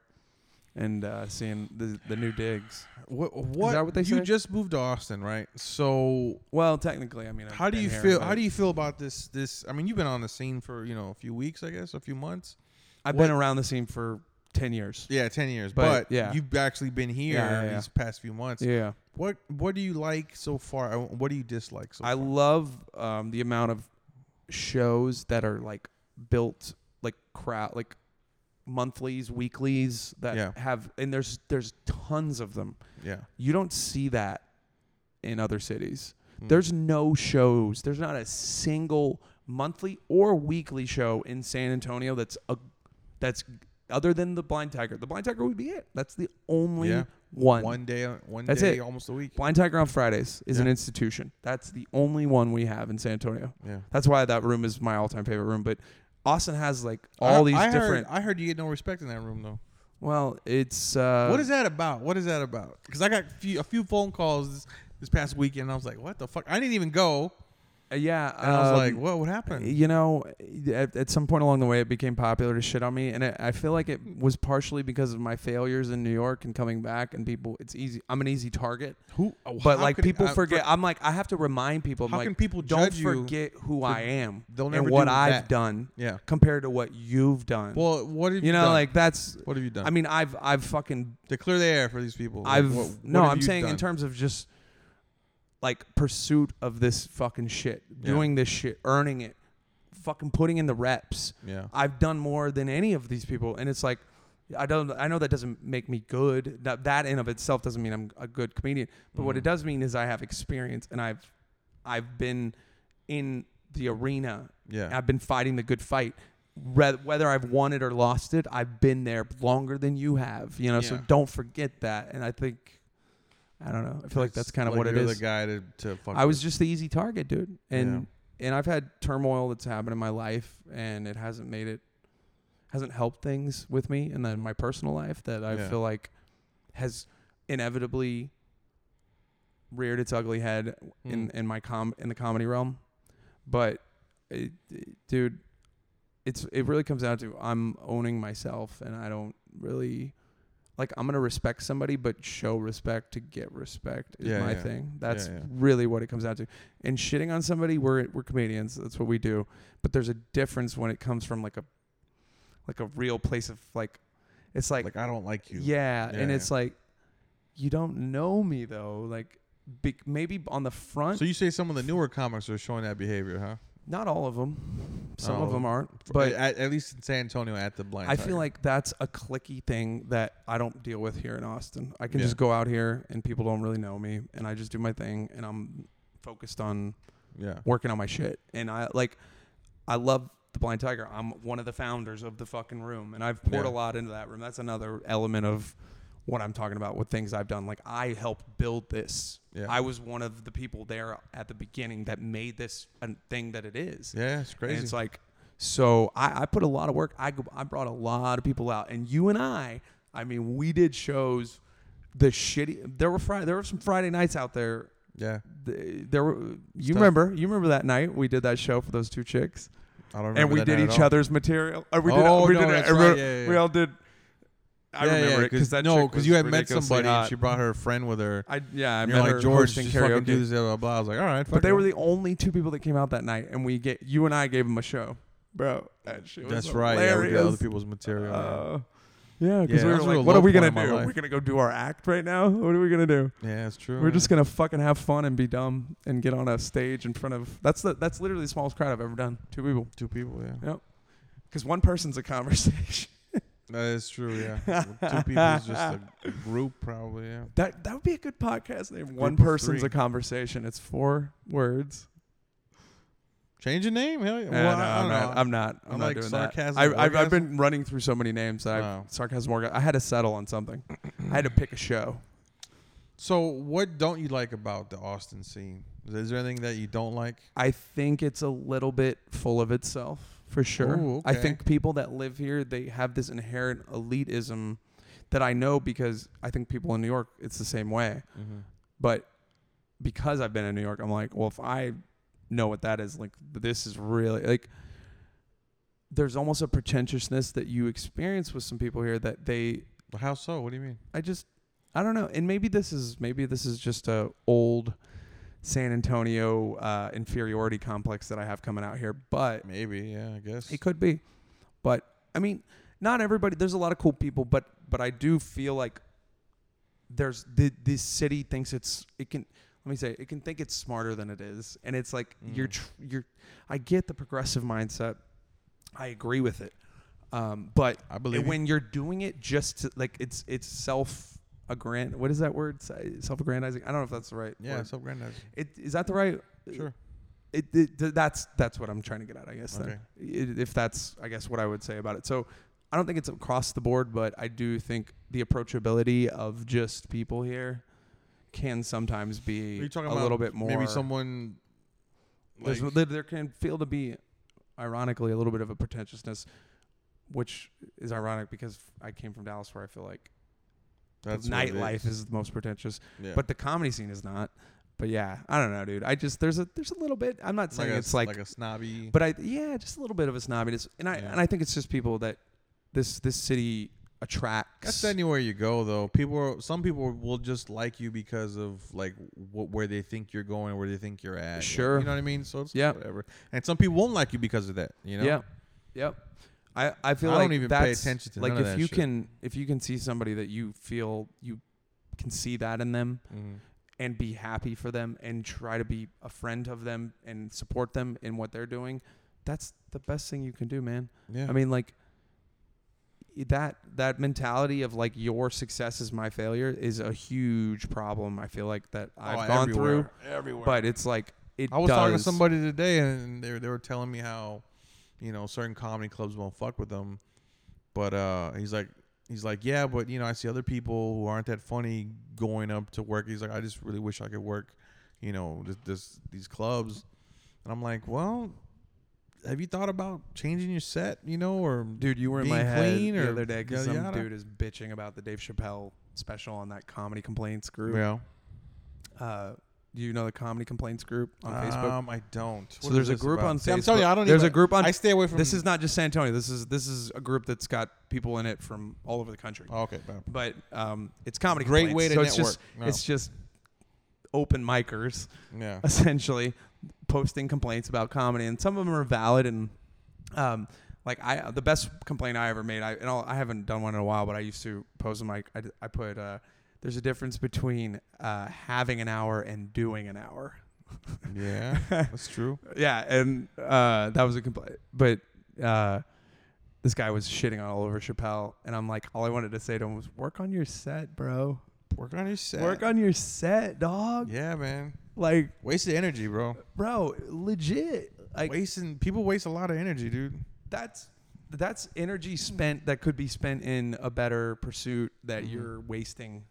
Speaker 1: and uh, seeing the the new digs.
Speaker 2: What? What?
Speaker 1: that what they
Speaker 2: you
Speaker 1: say?
Speaker 2: just moved to Austin, right? So
Speaker 1: Well, technically, I mean, I've
Speaker 2: how do
Speaker 1: been
Speaker 2: you
Speaker 1: here,
Speaker 2: feel?
Speaker 1: but
Speaker 2: How do you feel about this? This? I mean, you've been on the scene for you know a few weeks, I guess, a few months.
Speaker 1: I've
Speaker 2: what-
Speaker 1: been around the scene for ten years.
Speaker 2: Yeah, ten years. But,
Speaker 1: But, yeah.
Speaker 2: you've actually been here
Speaker 1: Yeah, yeah, yeah.
Speaker 2: these past few months.
Speaker 1: Yeah.
Speaker 2: What What do you like so far? Uh, What do you dislike so
Speaker 1: I
Speaker 2: far?
Speaker 1: love um, the amount of shows that are like built like crowd like monthlies, weeklies that
Speaker 2: Yeah.
Speaker 1: have and there's there's tons of them.
Speaker 2: Yeah.
Speaker 1: You don't see that in other cities.
Speaker 2: Mm.
Speaker 1: There's no shows. There's not a single monthly or weekly show in San Antonio that's a that's other than the Blind Tiger. The Blind Tiger would be it. That's the only
Speaker 2: Yeah.
Speaker 1: one.
Speaker 2: One day, uh, one
Speaker 1: That's
Speaker 2: day,
Speaker 1: it.
Speaker 2: almost a week.
Speaker 1: Blind Tiger on Fridays is an
Speaker 2: Yeah.
Speaker 1: institution. That's the only one we have in San Antonio.
Speaker 2: Yeah.
Speaker 1: That's why that room is my all-time favorite room. But Austin has like all
Speaker 2: I-
Speaker 1: these
Speaker 2: I heard-
Speaker 1: different.
Speaker 2: I heard you get no respect in that room though.
Speaker 1: well, it's uh,
Speaker 2: what is that about? What is that about? Because I got few, a few phone calls this, this past weekend. And I was like, what the fuck? I didn't even go.
Speaker 1: uh, yeah.
Speaker 2: And I was like,
Speaker 1: um,
Speaker 2: what would happen?
Speaker 1: you know, at, at some point along the way, it became popular to shit on me, and it, I feel like it was partially because of my failures in New York and coming back, and people. It's easy. I'm an easy target.
Speaker 2: Who? oh,
Speaker 1: But
Speaker 2: how
Speaker 1: like
Speaker 2: could-
Speaker 1: people
Speaker 2: uh, for-
Speaker 1: forget. I'm like I have to remind people. I'm
Speaker 2: How
Speaker 1: like,
Speaker 2: can people
Speaker 1: don't
Speaker 2: judge you
Speaker 1: forget who I am
Speaker 2: They'll
Speaker 1: and
Speaker 2: never do
Speaker 1: what I've
Speaker 2: that.
Speaker 1: done
Speaker 2: Yeah.
Speaker 1: compared to what you've done.
Speaker 2: Well, what have
Speaker 1: you know,
Speaker 2: done?
Speaker 1: like that's.
Speaker 2: What have you done?
Speaker 1: I mean, I've I've fucking
Speaker 2: to clear the air for these people. Like,
Speaker 1: I've
Speaker 2: what- what
Speaker 1: no.
Speaker 2: have
Speaker 1: I'm
Speaker 2: you
Speaker 1: saying in
Speaker 2: done?
Speaker 1: terms of just like pursuit of this fucking shit,
Speaker 2: Yeah.
Speaker 1: doing this shit, earning it, fucking putting in the reps.
Speaker 2: Yeah.
Speaker 1: I've done more than any of these people, and it's like I don't. I know that doesn't make me good. That that in of itself doesn't mean I'm a good comedian. But
Speaker 2: Mm.
Speaker 1: what it does mean is I have experience, and I've I've been in the arena.
Speaker 2: Yeah.
Speaker 1: I've been fighting the good fight. Re- Whether I've won it or lost it, I've been there longer than you have. You know, so
Speaker 2: Yeah.
Speaker 1: don't forget that. And I think, I don't know. I feel like that's kind of
Speaker 2: Like
Speaker 1: what it
Speaker 2: you're
Speaker 1: is.
Speaker 2: The guy to, to fuck
Speaker 1: I was
Speaker 2: with.
Speaker 1: just the easy target, dude. And and I've had turmoil that's happened in my life and it hasn't made it hasn't helped things with me and then my personal life that I
Speaker 2: Yeah.
Speaker 1: feel like has inevitably reared its ugly head in
Speaker 2: Mm.
Speaker 1: in my com in the comedy realm. But it, it- dude, it's it really comes down to I'm owning myself and I don't really like I'm gonna respect somebody, but show respect to get respect is
Speaker 2: Yeah,
Speaker 1: my
Speaker 2: yeah.
Speaker 1: thing. That's
Speaker 2: yeah.
Speaker 1: really what it comes down to. And shitting on somebody, we're we're comedians. That's what we do. But there's a difference when it comes from like a like a real place of like it's like,
Speaker 2: like, I don't like you.
Speaker 1: yeah,
Speaker 2: Yeah,
Speaker 1: and
Speaker 2: yeah.
Speaker 1: it's like you don't know me though. Like be, maybe on the front,
Speaker 2: So you say some of the newer comics are showing that behavior, huh?
Speaker 1: not all of them. Some
Speaker 2: Not all
Speaker 1: of
Speaker 2: of
Speaker 1: them
Speaker 2: 'em.
Speaker 1: aren't,
Speaker 2: But
Speaker 1: but
Speaker 2: at, at least in San Antonio at the blind.
Speaker 1: I
Speaker 2: Tiger.
Speaker 1: feel like that's a clicky thing that I don't deal with here in Austin. I can
Speaker 2: Yeah.
Speaker 1: just go out here and people don't really know me and I just do my thing and I'm focused on
Speaker 2: yeah,
Speaker 1: working on my shit. And I like I love the Blind Tiger. I'm one of the founders of the fucking room and I've poured
Speaker 2: Yeah.
Speaker 1: a lot into that room. That's another element of what I'm talking about with things I've done. Like I helped build this.
Speaker 2: Yeah.
Speaker 1: I was one of the people there at the beginning that made this a thing that it is.
Speaker 2: yeah, it's
Speaker 1: And
Speaker 2: crazy.
Speaker 1: it's like, so I, I put a lot of work. I go- I brought a lot of people out, and you and I, I mean, we did shows. The shitty. There were Friday. There were some Friday nights out there.
Speaker 2: yeah,
Speaker 1: Th- There were. You
Speaker 2: tough.
Speaker 1: remember? You remember that night we did that show for those two chicks,
Speaker 2: I don't remember
Speaker 1: and we
Speaker 2: that
Speaker 1: did
Speaker 2: night at
Speaker 1: each
Speaker 2: all.
Speaker 1: other's material. Or we did.
Speaker 2: Oh,
Speaker 1: we
Speaker 2: no,
Speaker 1: did. it-
Speaker 2: that's
Speaker 1: we-
Speaker 2: right. Yeah, yeah,
Speaker 1: We
Speaker 2: yeah.
Speaker 1: all did. I
Speaker 2: Yeah,
Speaker 1: remember
Speaker 2: yeah,
Speaker 1: it because that
Speaker 2: no,
Speaker 1: because
Speaker 2: you had met somebody
Speaker 1: Hot.
Speaker 2: and she brought her friend with her.
Speaker 1: I yeah, I
Speaker 2: and
Speaker 1: met
Speaker 2: you're
Speaker 1: her
Speaker 2: like George,
Speaker 1: hosting
Speaker 2: just fucking do
Speaker 1: karaoke.
Speaker 2: this, blah, blah, blah. I was like, all right, fuck
Speaker 1: But they
Speaker 2: it.
Speaker 1: were the only two people that came out that night, and we get you and I gave them a show, bro. That shit was
Speaker 2: That's right. Yeah, we did other
Speaker 1: hilarious.
Speaker 2: people's material.
Speaker 1: Uh, yeah, because
Speaker 2: Yeah,
Speaker 1: we
Speaker 2: that
Speaker 1: were
Speaker 2: was
Speaker 1: like,
Speaker 2: a
Speaker 1: what are
Speaker 2: low
Speaker 1: we
Speaker 2: point
Speaker 1: gonna
Speaker 2: in my
Speaker 1: do?
Speaker 2: life.
Speaker 1: We're gonna go do our act right now. What are we gonna do?
Speaker 2: yeah. yeah, it's true.
Speaker 1: We're just gonna fucking have fun and be dumb and get on a stage in front of. That's the that's literally the smallest crowd I've ever done. Two people.
Speaker 2: two people. Yeah,
Speaker 1: Yep. Because one person's a conversation.
Speaker 2: that is true. Yeah, two people is just a group, probably. Yeah.
Speaker 1: that that would be a good podcast name. One
Speaker 2: of
Speaker 1: person's
Speaker 2: three.
Speaker 1: a conversation. It's four words.
Speaker 2: Change your name. Hell yeah.
Speaker 1: Eh,
Speaker 2: Well,
Speaker 1: no,
Speaker 2: I
Speaker 1: I'm,
Speaker 2: don't
Speaker 1: not,
Speaker 2: know.
Speaker 1: I'm not. I'm
Speaker 2: I'm
Speaker 1: not
Speaker 2: like
Speaker 1: doing
Speaker 2: sarcasm,
Speaker 1: that. I, I've, I've
Speaker 2: orgasm?
Speaker 1: been running through so many names that
Speaker 2: Oh.
Speaker 1: I've, sarcasm orgasm. I had to settle on something. I had to pick a show.
Speaker 2: So, what don't you like about the Austin scene? Is there anything that you don't like?
Speaker 1: I think it's a little bit full of itself for sure.
Speaker 2: Ooh,
Speaker 1: I
Speaker 2: okay.
Speaker 1: think people that live here they have this inherent elitism that I know because I think people in New York it's the same way. But because I've been in New York, I'm like, well, if I know what that is, like this is really like there's almost a pretentiousness that you experience with some people here that they
Speaker 2: How so? What do you mean?
Speaker 1: I just I don't know. And maybe this is maybe this is just a old San Antonio uh, inferiority complex that I have coming out here, but
Speaker 2: Maybe. Yeah, I guess.
Speaker 1: it could be. But I mean, not everybody. There's a lot of cool people, but but I do feel like there's the this city thinks it's it can. Let me say it can think it's smarter than it is, and it's like you're tr- you're. I get the progressive mindset. I agree with it, um, but
Speaker 2: I believe you.
Speaker 1: when you're doing it just to, like it's it's self a grand. What is that word? Self aggrandizing. I don't know if that's the right.
Speaker 2: Yeah,
Speaker 1: word.
Speaker 2: self granddad.
Speaker 1: It is that the right?
Speaker 2: Sure.
Speaker 1: It, it th- that's that's what I'm trying to get at, I guess. Then.
Speaker 2: Okay.
Speaker 1: It- if that's, I guess, what I would say about it. So, I don't think it's across the board, but I do think the approachability of just people here can sometimes be
Speaker 2: Are you talking
Speaker 1: a
Speaker 2: about
Speaker 1: little bit more.
Speaker 2: Maybe someone. Like,
Speaker 1: there's- there, there can feel to be, ironically, a little bit of a pretentiousness, which is ironic because I came from Dallas, where I feel like
Speaker 2: that's
Speaker 1: the
Speaker 2: what it
Speaker 1: nightlife is. the most pretentious,
Speaker 2: Yeah.
Speaker 1: but the comedy scene is not. But yeah, I don't know, dude. I just there's a there's a little bit. I'm not saying
Speaker 2: a,
Speaker 1: it's like,
Speaker 2: a snobby.
Speaker 1: but I yeah, just a little bit of a snobbiness, and I
Speaker 2: Yeah.
Speaker 1: and I think it's just people that this this city attracts.
Speaker 2: That's anywhere you go, though. People, are, some people will just like you because of like what where they think you're going, where they think you're at.
Speaker 1: Sure.
Speaker 2: you know what I mean. So it's
Speaker 1: Yeah.
Speaker 2: whatever. And some people won't like you because of that. You know.
Speaker 1: Yep. Yep. I, I feel
Speaker 2: I
Speaker 1: like
Speaker 2: don't even pay
Speaker 1: that's-
Speaker 2: attention to
Speaker 1: like
Speaker 2: none of
Speaker 1: if
Speaker 2: that
Speaker 1: you
Speaker 2: shit.
Speaker 1: can if you can see somebody that you feel you can see that in them
Speaker 2: Mm-hmm.
Speaker 1: and be happy for them and try to be a friend of them and support them in what they're doing, that's the best thing you can do, man.
Speaker 2: Yeah.
Speaker 1: I mean like that that mentality of like your success is my failure is a huge problem I feel like that
Speaker 2: Oh,
Speaker 1: I've gone
Speaker 2: everywhere,
Speaker 1: through.
Speaker 2: everywhere.
Speaker 1: But it's like it
Speaker 2: I was talking to
Speaker 1: does-
Speaker 2: somebody today, and they were- they were telling me how, you know, certain comedy clubs won't fuck with them. But uh, he's like, he's like, yeah, but you know, I see other people who aren't that funny going up to work. He's like, I just really wish I could work, you know, this, this these clubs. And I'm like, well, have you thought about changing your set, you know, or
Speaker 1: Dude, you were in
Speaker 2: being
Speaker 1: my head
Speaker 2: clean
Speaker 1: the
Speaker 2: or
Speaker 1: other day because
Speaker 2: yada,
Speaker 1: some
Speaker 2: yada?
Speaker 1: dude is bitching about the Dave Chappelle special on that comedy complaints group.
Speaker 2: Yeah.
Speaker 1: Uh, do you know the comedy complaints group on Facebook?
Speaker 2: Um, I don't.
Speaker 1: So
Speaker 2: What
Speaker 1: there's
Speaker 2: is
Speaker 1: a
Speaker 2: this
Speaker 1: group
Speaker 2: about?
Speaker 1: on
Speaker 2: See, I'm telling you,
Speaker 1: Facebook-
Speaker 2: I don't
Speaker 1: there's
Speaker 2: even,
Speaker 1: a group on-
Speaker 2: I stay away from.
Speaker 1: This is not just San Antonio. This is this is a group that's got people in it from all over the country.
Speaker 2: Oh, okay. bye.
Speaker 1: But um, it's comedy.
Speaker 2: Great
Speaker 1: complaints.
Speaker 2: way to
Speaker 1: so it's
Speaker 2: network.
Speaker 1: just
Speaker 2: No.
Speaker 1: it's just open micers
Speaker 2: Yeah.
Speaker 1: essentially posting complaints about comedy, and some of them are valid. And um, like I, the best complaint I ever made, I and I'll, I haven't done one in a while, but I used to post them like I, d- I put, uh, there's a difference between uh, having an hour and doing an hour.
Speaker 2: Yeah. That's true.
Speaker 1: Yeah, and uh, that was a complaint, but. Uh, this guy was shitting all over Chappelle, and I'm like, all I wanted to say to him was, "Work on your set, bro.
Speaker 2: Work on your set.
Speaker 1: Work on your set, dog.
Speaker 2: Yeah, man.
Speaker 1: Like,
Speaker 2: Wasted energy, bro.
Speaker 1: bro, legit. Like,
Speaker 2: Wasting people waste a lot of energy, dude.
Speaker 1: that's that's energy spent that could be spent in a better pursuit that
Speaker 2: Mm-hmm.
Speaker 1: you're wasting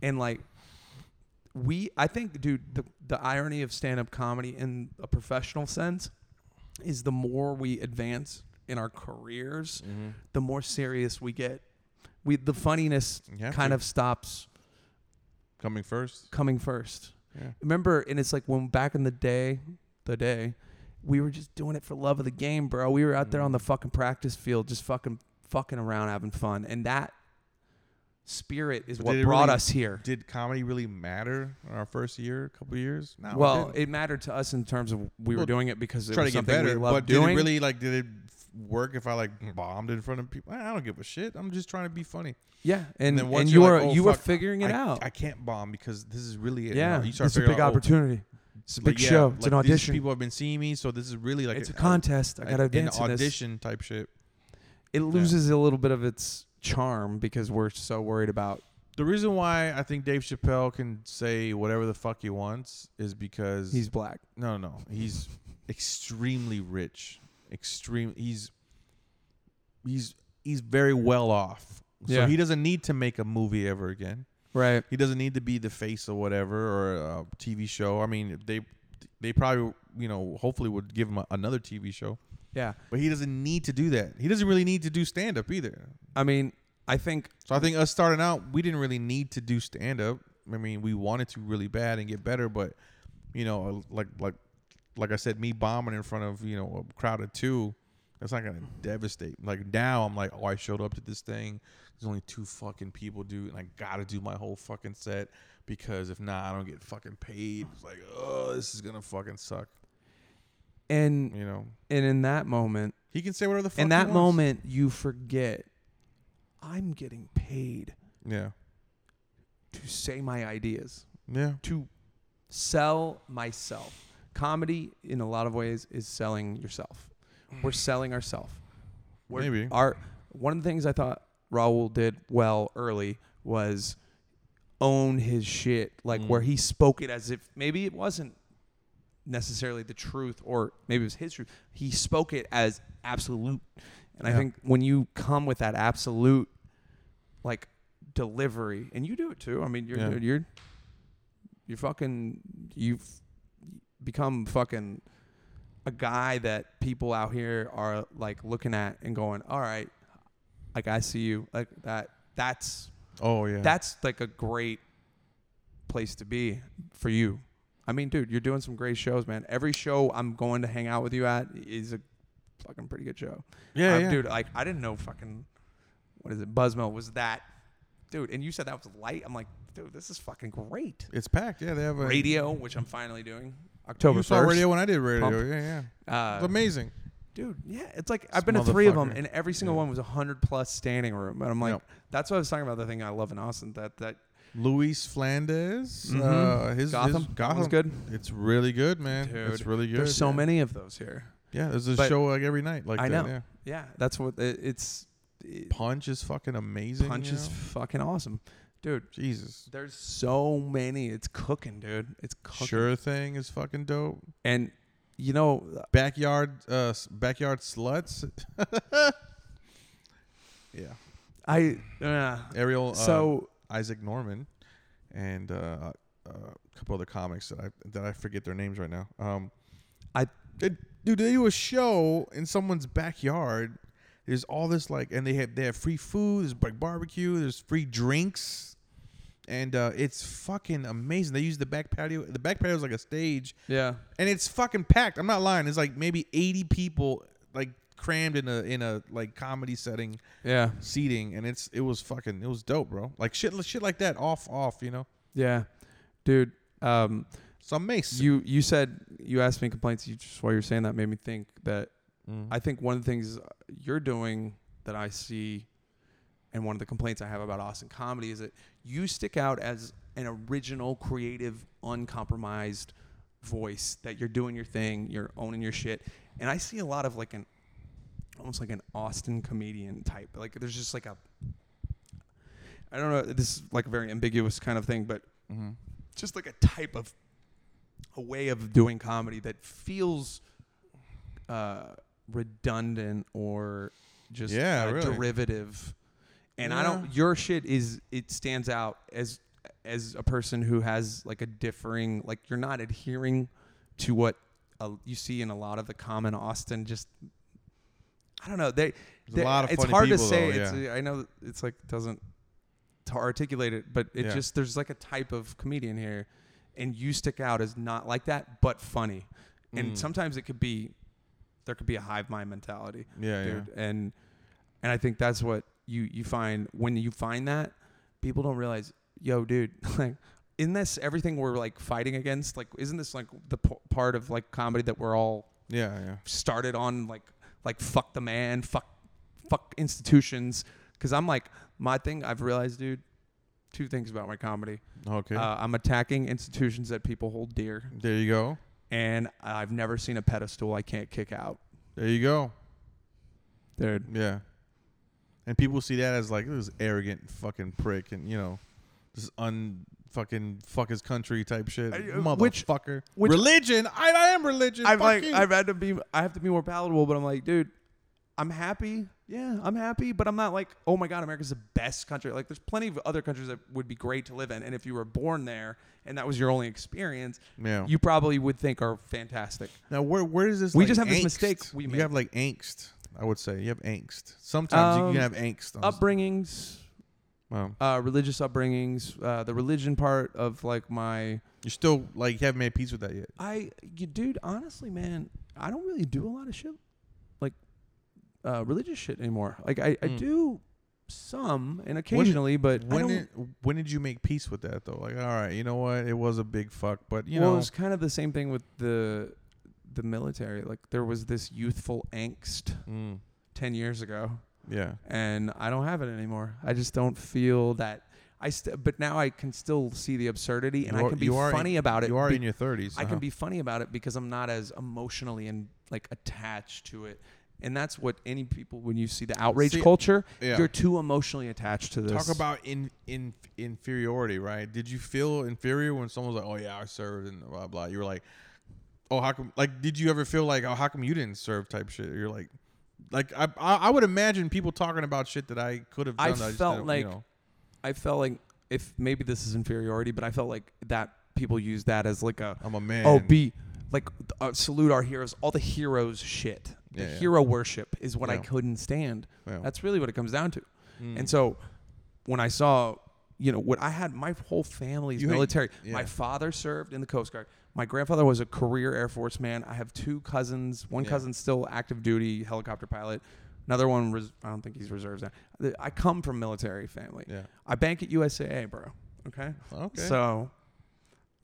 Speaker 1: and like we i think dude the, the irony of stand-up comedy in a professional sense is the more we advance in our careers the more serious we get we the funniness
Speaker 2: You have
Speaker 1: kind
Speaker 2: to.
Speaker 1: of stops
Speaker 2: Coming first.
Speaker 1: coming first
Speaker 2: Yeah.
Speaker 1: remember and it's like when back in the day the day we were just doing it for love of the game bro we were out there on
Speaker 2: Mm.
Speaker 1: the fucking practice field just fucking fucking around having fun and that spirit is
Speaker 2: But
Speaker 1: what
Speaker 2: did it
Speaker 1: brought
Speaker 2: really-
Speaker 1: us here
Speaker 2: Did comedy really matter in our first year, couple years? No. it
Speaker 1: well
Speaker 2: didn't.
Speaker 1: it mattered to us in terms of we were
Speaker 2: Well,
Speaker 1: doing it because it
Speaker 2: try
Speaker 1: was
Speaker 2: to get
Speaker 1: something
Speaker 2: better,
Speaker 1: we loved
Speaker 2: but
Speaker 1: doing
Speaker 2: did it really like did it f- work if I like bombed in front of people? I don't give a shit. I'm just trying to be funny.
Speaker 1: yeah and
Speaker 2: then
Speaker 1: and,
Speaker 2: once
Speaker 1: you
Speaker 2: you're
Speaker 1: were
Speaker 2: like, oh,
Speaker 1: you were
Speaker 2: fuck,
Speaker 1: figuring it
Speaker 2: I-
Speaker 1: out
Speaker 2: I can't bomb because this is really it. You
Speaker 1: yeah
Speaker 2: know, you start
Speaker 1: it's a
Speaker 2: figuring
Speaker 1: big
Speaker 2: out, oh,
Speaker 1: opportunity it's a
Speaker 2: like,
Speaker 1: big
Speaker 2: yeah,
Speaker 1: show it's
Speaker 2: like,
Speaker 1: an
Speaker 2: these
Speaker 1: audition
Speaker 2: People have been seeing me, so this is really like
Speaker 1: it's a
Speaker 2: a
Speaker 1: contest i
Speaker 2: a-
Speaker 1: gotta
Speaker 2: an
Speaker 1: advance in this.
Speaker 2: audition type shit.
Speaker 1: it loses a little bit of its charm because we're so worried about
Speaker 2: The reason why I think Dave Chappelle can say whatever the fuck he wants is because
Speaker 1: he's black
Speaker 2: no, no, no. He's extremely rich. Extreme. He's he's he's very well off. So
Speaker 1: Yeah.
Speaker 2: he doesn't need to make a movie ever again.
Speaker 1: right
Speaker 2: He doesn't need to be the face of whatever or a TV show. I mean, they they probably you know hopefully would give him a, another TV show,
Speaker 1: Yeah.
Speaker 2: but he doesn't need to do that. He doesn't really need to do stand up either.
Speaker 1: I mean, I think
Speaker 2: So I think us starting out, we didn't really need to do stand up. I mean, we wanted to really bad and get better, but you know, uh, like like like I said, me bombing in front of you know a crowd of two, that's not gonna devastate. Like now, I'm like, oh, I showed up to this thing. There's only two fucking people, dude, and I gotta do my whole fucking set because if not, I don't get fucking paid. It's like, oh, this is gonna fucking suck.
Speaker 1: and
Speaker 2: You know,
Speaker 1: and in that moment,
Speaker 2: he can say whatever the fuck.
Speaker 1: in
Speaker 2: he
Speaker 1: that
Speaker 2: wants.
Speaker 1: moment you forget I'm getting paid
Speaker 2: yeah,
Speaker 1: to say my ideas,
Speaker 2: yeah,
Speaker 1: to sell myself. Comedy in a lot of ways is selling yourself. We're selling ourselves.
Speaker 2: Mm. maybe.
Speaker 1: Our one of the things I thought Raul did well early was own his shit, like
Speaker 2: Mm.
Speaker 1: where he spoke it as if maybe it wasn't necessarily the truth, or maybe it was his truth. He spoke it as absolute, and I
Speaker 2: Yeah.
Speaker 1: think when you come with that absolute, like delivery, and you do it too. I mean, you're
Speaker 2: Yeah.
Speaker 1: dude, you're you're fucking you've become fucking a guy that people out here are like looking at and going, all right, like I see you, like that. That's
Speaker 2: Oh yeah,
Speaker 1: that's like a great place to be for you. I mean, dude, you're doing some great shows, man. Every show I'm going to hang out with you at is a fucking pretty good show.
Speaker 2: Yeah,
Speaker 1: Um,
Speaker 2: yeah.
Speaker 1: dude. Like I didn't know fucking what is it? Buzzmo was that, dude. And you said that was light. I'm like, dude, this is fucking great.
Speaker 2: It's packed. Yeah, they have a
Speaker 1: Radio, which I'm finally doing October
Speaker 2: You saw
Speaker 1: 1st.
Speaker 2: radio when I did radio.
Speaker 1: Pump.
Speaker 2: Yeah, yeah.
Speaker 1: Uh,
Speaker 2: it's amazing.
Speaker 1: dude. Yeah, it's like I've been to three of them,
Speaker 2: motherfucker.
Speaker 1: and every single one was a hundred plus standing room. And I'm like,
Speaker 2: Yep.
Speaker 1: that's what I was talking about. The thing I love in Austin that that
Speaker 2: Luis Flanders. Uh,
Speaker 1: Mm-hmm.
Speaker 2: his
Speaker 1: Gotham.
Speaker 2: His
Speaker 1: That
Speaker 2: Gotham.
Speaker 1: one's good.
Speaker 2: It's really good, man.
Speaker 1: dude,
Speaker 2: it's really good.
Speaker 1: There's so
Speaker 2: yeah.
Speaker 1: many of those here.
Speaker 2: Yeah, there's a
Speaker 1: But-
Speaker 2: show like every night. Like
Speaker 1: I
Speaker 2: that,
Speaker 1: know.
Speaker 2: yeah.
Speaker 1: Yeah. that's what it, it's. It,
Speaker 2: Punch is fucking amazing.
Speaker 1: punch
Speaker 2: you
Speaker 1: is
Speaker 2: know?
Speaker 1: fucking awesome, dude.
Speaker 2: Jesus.
Speaker 1: There's so many. It's cooking, dude. It's cooking.
Speaker 2: Sure thing is fucking dope.
Speaker 1: And you know,
Speaker 2: Backyard, uh, s- backyard sluts. yeah,
Speaker 1: I uh,
Speaker 2: Ariel. Uh,
Speaker 1: so
Speaker 2: Isaac Norman, and uh, uh, a couple other comics that I that I forget their names right now. Um,
Speaker 1: I
Speaker 2: They, dude, they do a show in someone's backyard. There's all this like, and they have they have free food. There's like barbecue. There's free drinks, and uh, it's fucking amazing. They use the back patio. The back patio is like a stage,
Speaker 1: yeah,
Speaker 2: and it's fucking packed. I'm not lying. It's like maybe 80 people like crammed in a in a like comedy setting
Speaker 1: yeah,
Speaker 2: seating, and it's it was fucking it was dope, bro. Like shit, shit like that off off, you know.
Speaker 1: yeah, dude. Um,
Speaker 2: Some mace.
Speaker 1: you you said you asked me complaints. You just while you're saying that made me think that
Speaker 2: Mm-hmm.
Speaker 1: I think one of the things you're doing that I see, and one of the complaints I have about Austin comedy is that you stick out as an original, creative, uncompromised voice. That you're doing your thing, you're owning your shit, and I see a lot of like an almost like an Austin comedian type. Like there's just like a I don't know. This is like a very ambiguous kind of thing, but
Speaker 2: Mm-hmm.
Speaker 1: just like a type of a way of doing comedy that feels uh, redundant or just
Speaker 2: Yeah,
Speaker 1: uh,
Speaker 2: really.
Speaker 1: derivative. And I
Speaker 2: Yeah.
Speaker 1: don't. Your shit is it stands out as as a person who has like a differing like you're not adhering to what uh, you see in a lot of the common Austin just I don't know. They,
Speaker 2: a
Speaker 1: they-
Speaker 2: lot of
Speaker 1: it's
Speaker 2: funny
Speaker 1: hard
Speaker 2: people,
Speaker 1: to say.
Speaker 2: though,
Speaker 1: it's, I know it's like doesn't to articulate it, but it
Speaker 2: Yeah.
Speaker 1: just there's like a type of comedian here, and you stick out as not like that, but funny. And
Speaker 2: Mm.
Speaker 1: sometimes it could be there could be a hive mind mentality,
Speaker 2: Yeah, yeah.
Speaker 1: dude. And and I think that's what you you find when you find that people don't realize, yo, dude, like. In this, everything we're like fighting against, like, isn't this like the p- part of like comedy that we're all
Speaker 2: yeah, yeah.
Speaker 1: started on like like fuck the man, fuck fuck institutions. Because I'm like my thing. I've realized, dude, two things about my comedy.
Speaker 2: Okay.
Speaker 1: Uh, I'm attacking institutions that people hold dear,
Speaker 2: there you go.
Speaker 1: and I've never seen a pedestal I can't kick out,
Speaker 2: There you go.
Speaker 1: dude.
Speaker 2: Yeah. And people see that as like this arrogant fucking prick, and you know, this un fucking fuck his country type shit,
Speaker 1: I- uh, which-
Speaker 2: motherfucker.
Speaker 1: which-
Speaker 2: religion? I, I am religion.
Speaker 1: I've
Speaker 2: fuck
Speaker 1: like
Speaker 2: you.
Speaker 1: I've had to be I have to be more palatable, but I'm like, dude, I'm happy. Yeah, I'm happy, but I'm not like, oh my god, America's the best country. Like, there's plenty of other countries that would be great to live in, and if you were born there and that was your only experience,
Speaker 2: Yeah.
Speaker 1: you probably would think are fantastic.
Speaker 2: now where where does this?
Speaker 1: We
Speaker 2: like,
Speaker 1: just have this
Speaker 2: angst?
Speaker 1: mistake we
Speaker 2: you
Speaker 1: make.
Speaker 2: have like angst. I would say you have angst. Sometimes you can
Speaker 1: Um,
Speaker 2: have angst. on-
Speaker 1: Upbringings,
Speaker 2: Wow.
Speaker 1: uh, religious upbringings, uh, the religion part of like my
Speaker 2: You're still like you haven't made peace with that yet.
Speaker 1: I you, dude, honestly, man, I don't really do a lot of shit like uh, religious shit anymore. Like I, I
Speaker 2: Mm. do
Speaker 1: do some and occasionally, but
Speaker 2: When did, when did you make peace with that though? Like, all right, you know what? It was a big fuck, but you
Speaker 1: well,
Speaker 2: know,
Speaker 1: it was kind of the same thing with the the military. Like there was this youthful angst
Speaker 2: Mm,
Speaker 1: ten years ago,
Speaker 2: yeah,
Speaker 1: and I don't have it anymore. I just don't feel that. I st- but now I can still see the absurdity, and
Speaker 2: You
Speaker 1: I
Speaker 2: are-
Speaker 1: can be
Speaker 2: you are in-
Speaker 1: funny about it.
Speaker 2: you are
Speaker 1: be-
Speaker 2: in your thirties.
Speaker 1: I can be funny about it because I'm not as emotionally and like attached to it. And that's what any people when you see the outrage
Speaker 2: See,
Speaker 1: culture,
Speaker 2: yeah.
Speaker 1: you're too emotionally attached to this.
Speaker 2: Talk about in, in inferiority, right? Did you feel inferior when someone was like, "Oh yeah, I served," and blah blah? You were like, "Oh, how come?" Like, did you ever feel like, "Oh, how come you didn't serve?" Type shit. You're like, like I I, I would imagine people talking about shit that I could have done.
Speaker 1: I
Speaker 2: that just
Speaker 1: felt
Speaker 2: didn't,
Speaker 1: like-
Speaker 2: you know.
Speaker 1: I felt like if maybe this is inferiority, but I felt like that people use that as like a
Speaker 2: I'm a man.
Speaker 1: Oh, be like uh, salute our heroes. All the heroes shit. The
Speaker 2: Yeah, yeah.
Speaker 1: hero worship is what I
Speaker 2: Yeah.
Speaker 1: couldn't stand.
Speaker 2: Yeah. Mm.
Speaker 1: That's really what it comes down to. And so when I saw you know, when I had my whole family's
Speaker 2: You had-
Speaker 1: military.
Speaker 2: yeah.
Speaker 1: My father served in the Coast Guard. My grandfather was a career Air Force man. I have two cousins. One
Speaker 2: Yeah.
Speaker 1: cousin's still active duty helicopter pilot. Another one, res- I don't think he's reserves now. I come from military family.
Speaker 2: Yeah.
Speaker 1: I bank at USAA, bro. Okay.
Speaker 2: Okay.
Speaker 1: So,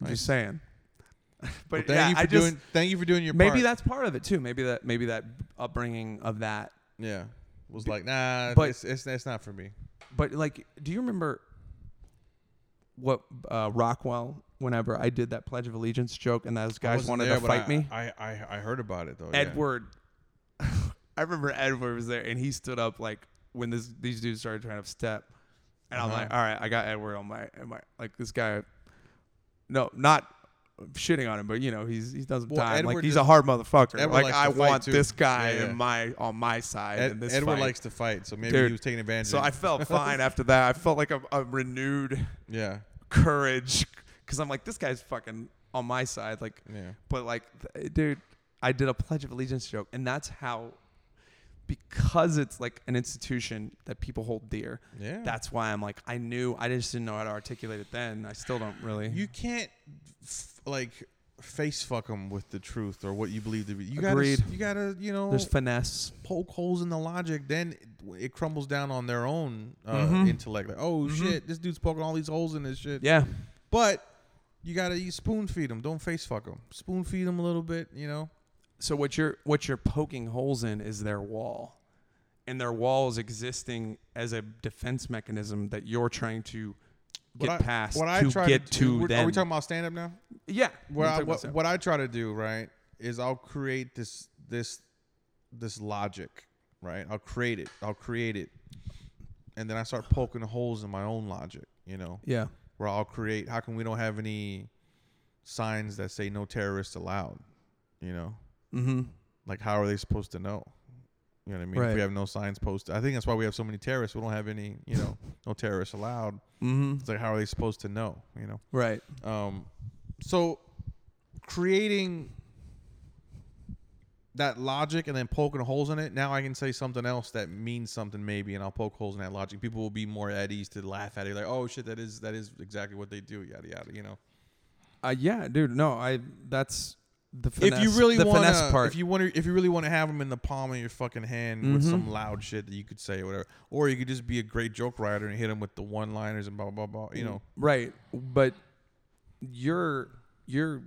Speaker 1: I'm
Speaker 2: Nice.
Speaker 1: just saying.
Speaker 2: Well,
Speaker 1: but
Speaker 2: thank
Speaker 1: yeah,
Speaker 2: you for
Speaker 1: I just
Speaker 2: doing. Thank you for doing your
Speaker 1: maybe
Speaker 2: part.
Speaker 1: that's part of it too. Maybe that maybe that upbringing of that.
Speaker 2: yeah was like nah,
Speaker 1: But-
Speaker 2: it's, it's it's not for me.
Speaker 1: But like, do you remember what uh, Rockwell? Whenever I did that Pledge of Allegiance joke, and those guys
Speaker 2: wasn't
Speaker 1: wanted
Speaker 2: there,
Speaker 1: to
Speaker 2: but
Speaker 1: fight
Speaker 2: I-
Speaker 1: me,
Speaker 2: I, I I heard about it though. Oh, yeah.
Speaker 1: Edward. I remember Edward was there, and he stood up like when this these dudes started trying to step, and I'm
Speaker 2: Uh-huh.
Speaker 1: like, all right, I got Edward on my, on my like this guy. No, not shitting on him, but you know he's he's done some
Speaker 2: Well,
Speaker 1: time.
Speaker 2: Edward
Speaker 1: like he's
Speaker 2: just-
Speaker 1: a hard motherfucker.
Speaker 2: Edward
Speaker 1: like
Speaker 2: likes
Speaker 1: I
Speaker 2: to fight,
Speaker 1: want
Speaker 2: too.
Speaker 1: this guy
Speaker 2: Yeah, yeah.
Speaker 1: in my on my side.
Speaker 2: Ed-
Speaker 1: in this
Speaker 2: Edward
Speaker 1: fight.
Speaker 2: likes to fight, so maybe
Speaker 1: Dude.
Speaker 2: he was taking advantage.
Speaker 1: So
Speaker 2: of
Speaker 1: I felt fine after that. I felt like a, a renewed
Speaker 2: Yeah.
Speaker 1: courage because I'm like, this guy's fucking on my side. Like,
Speaker 2: Yeah.
Speaker 1: but like, th- dude, I did a Pledge of Allegiance joke, and that's how, because it's like an institution that people hold dear.
Speaker 2: Yeah.
Speaker 1: That's why I'm like, I knew, I just didn't know how to articulate it then. I still don't really.
Speaker 2: You can't f- like face fuck them with the truth or what you believe to be. You
Speaker 1: Agreed.
Speaker 2: gotta you gotta you know
Speaker 1: There's finesse.
Speaker 2: poke holes in the logic. Then it, it crumbles down on their own uh, intellect. Like oh shit, this dude's poking all these holes in this shit.
Speaker 1: Mm-hmm. Yeah.
Speaker 2: But you gotta you spoon feed them. Don't face fuck them. Spoon feed them a little bit. You know.
Speaker 1: So what you're what you're poking holes in is their wall, and their wall is existing as a defense mechanism that you're trying to get
Speaker 2: What I-
Speaker 1: past
Speaker 2: what I
Speaker 1: to
Speaker 2: try
Speaker 1: get
Speaker 2: do-
Speaker 1: to,
Speaker 2: we're-
Speaker 1: them.
Speaker 2: Are we talking about stand up now?
Speaker 1: yeah.
Speaker 2: what
Speaker 1: we're
Speaker 2: I,
Speaker 1: talking
Speaker 2: what,
Speaker 1: about
Speaker 2: what I try to do right is I'll create this this this logic right I'll create it I'll create it and then I start poking holes in my own logic you know
Speaker 1: that. yeah.
Speaker 2: where I'll create how come we don't have any signs that say no terrorists allowed you know
Speaker 1: Mm-hmm.
Speaker 2: like how are they supposed to know you know what I mean if
Speaker 1: Right.
Speaker 2: we have no signs posted I think that's why we have so many terrorists we don't have any you know no terrorists allowed
Speaker 1: Mm-hmm.
Speaker 2: it's like how are they supposed to know you know
Speaker 1: Right.
Speaker 2: um, so creating that logic and then poking holes in it. Now I can say something else that means something maybe, and I'll poke holes in that logic. People will be more at ease to laugh at it, like, "Oh shit, that is that is exactly what they do." Yada yada, you know.
Speaker 1: Uh, yeah, dude. No, I. That's the finesse.
Speaker 2: if you really
Speaker 1: the
Speaker 2: want
Speaker 1: finesse part.
Speaker 2: if you want to, if you really want to have them in the palm of your fucking hand with
Speaker 1: Mm-hmm.
Speaker 2: some loud shit that you could say or whatever, or you could just be a great joke writer and hit them with the one liners and blah blah blah. You Mm. know,
Speaker 1: right, but you're you're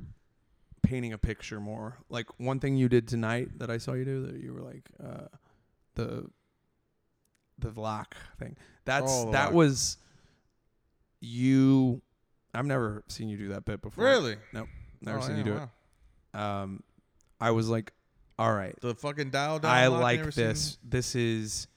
Speaker 1: painting a picture more. Like one thing you did tonight that I saw you do that you were like uh, the the Vlach thing. That's
Speaker 2: Oh, the
Speaker 1: that
Speaker 2: Vlach.
Speaker 1: was you. I've never seen you do that bit before.
Speaker 2: Really?
Speaker 1: Nope. Never
Speaker 2: Oh,
Speaker 1: seen
Speaker 2: yeah,
Speaker 1: you do
Speaker 2: wow.
Speaker 1: it. Um, I was like, all right.
Speaker 2: The fucking dial down.
Speaker 1: I
Speaker 2: lock,
Speaker 1: like
Speaker 2: never seen-
Speaker 1: this. This is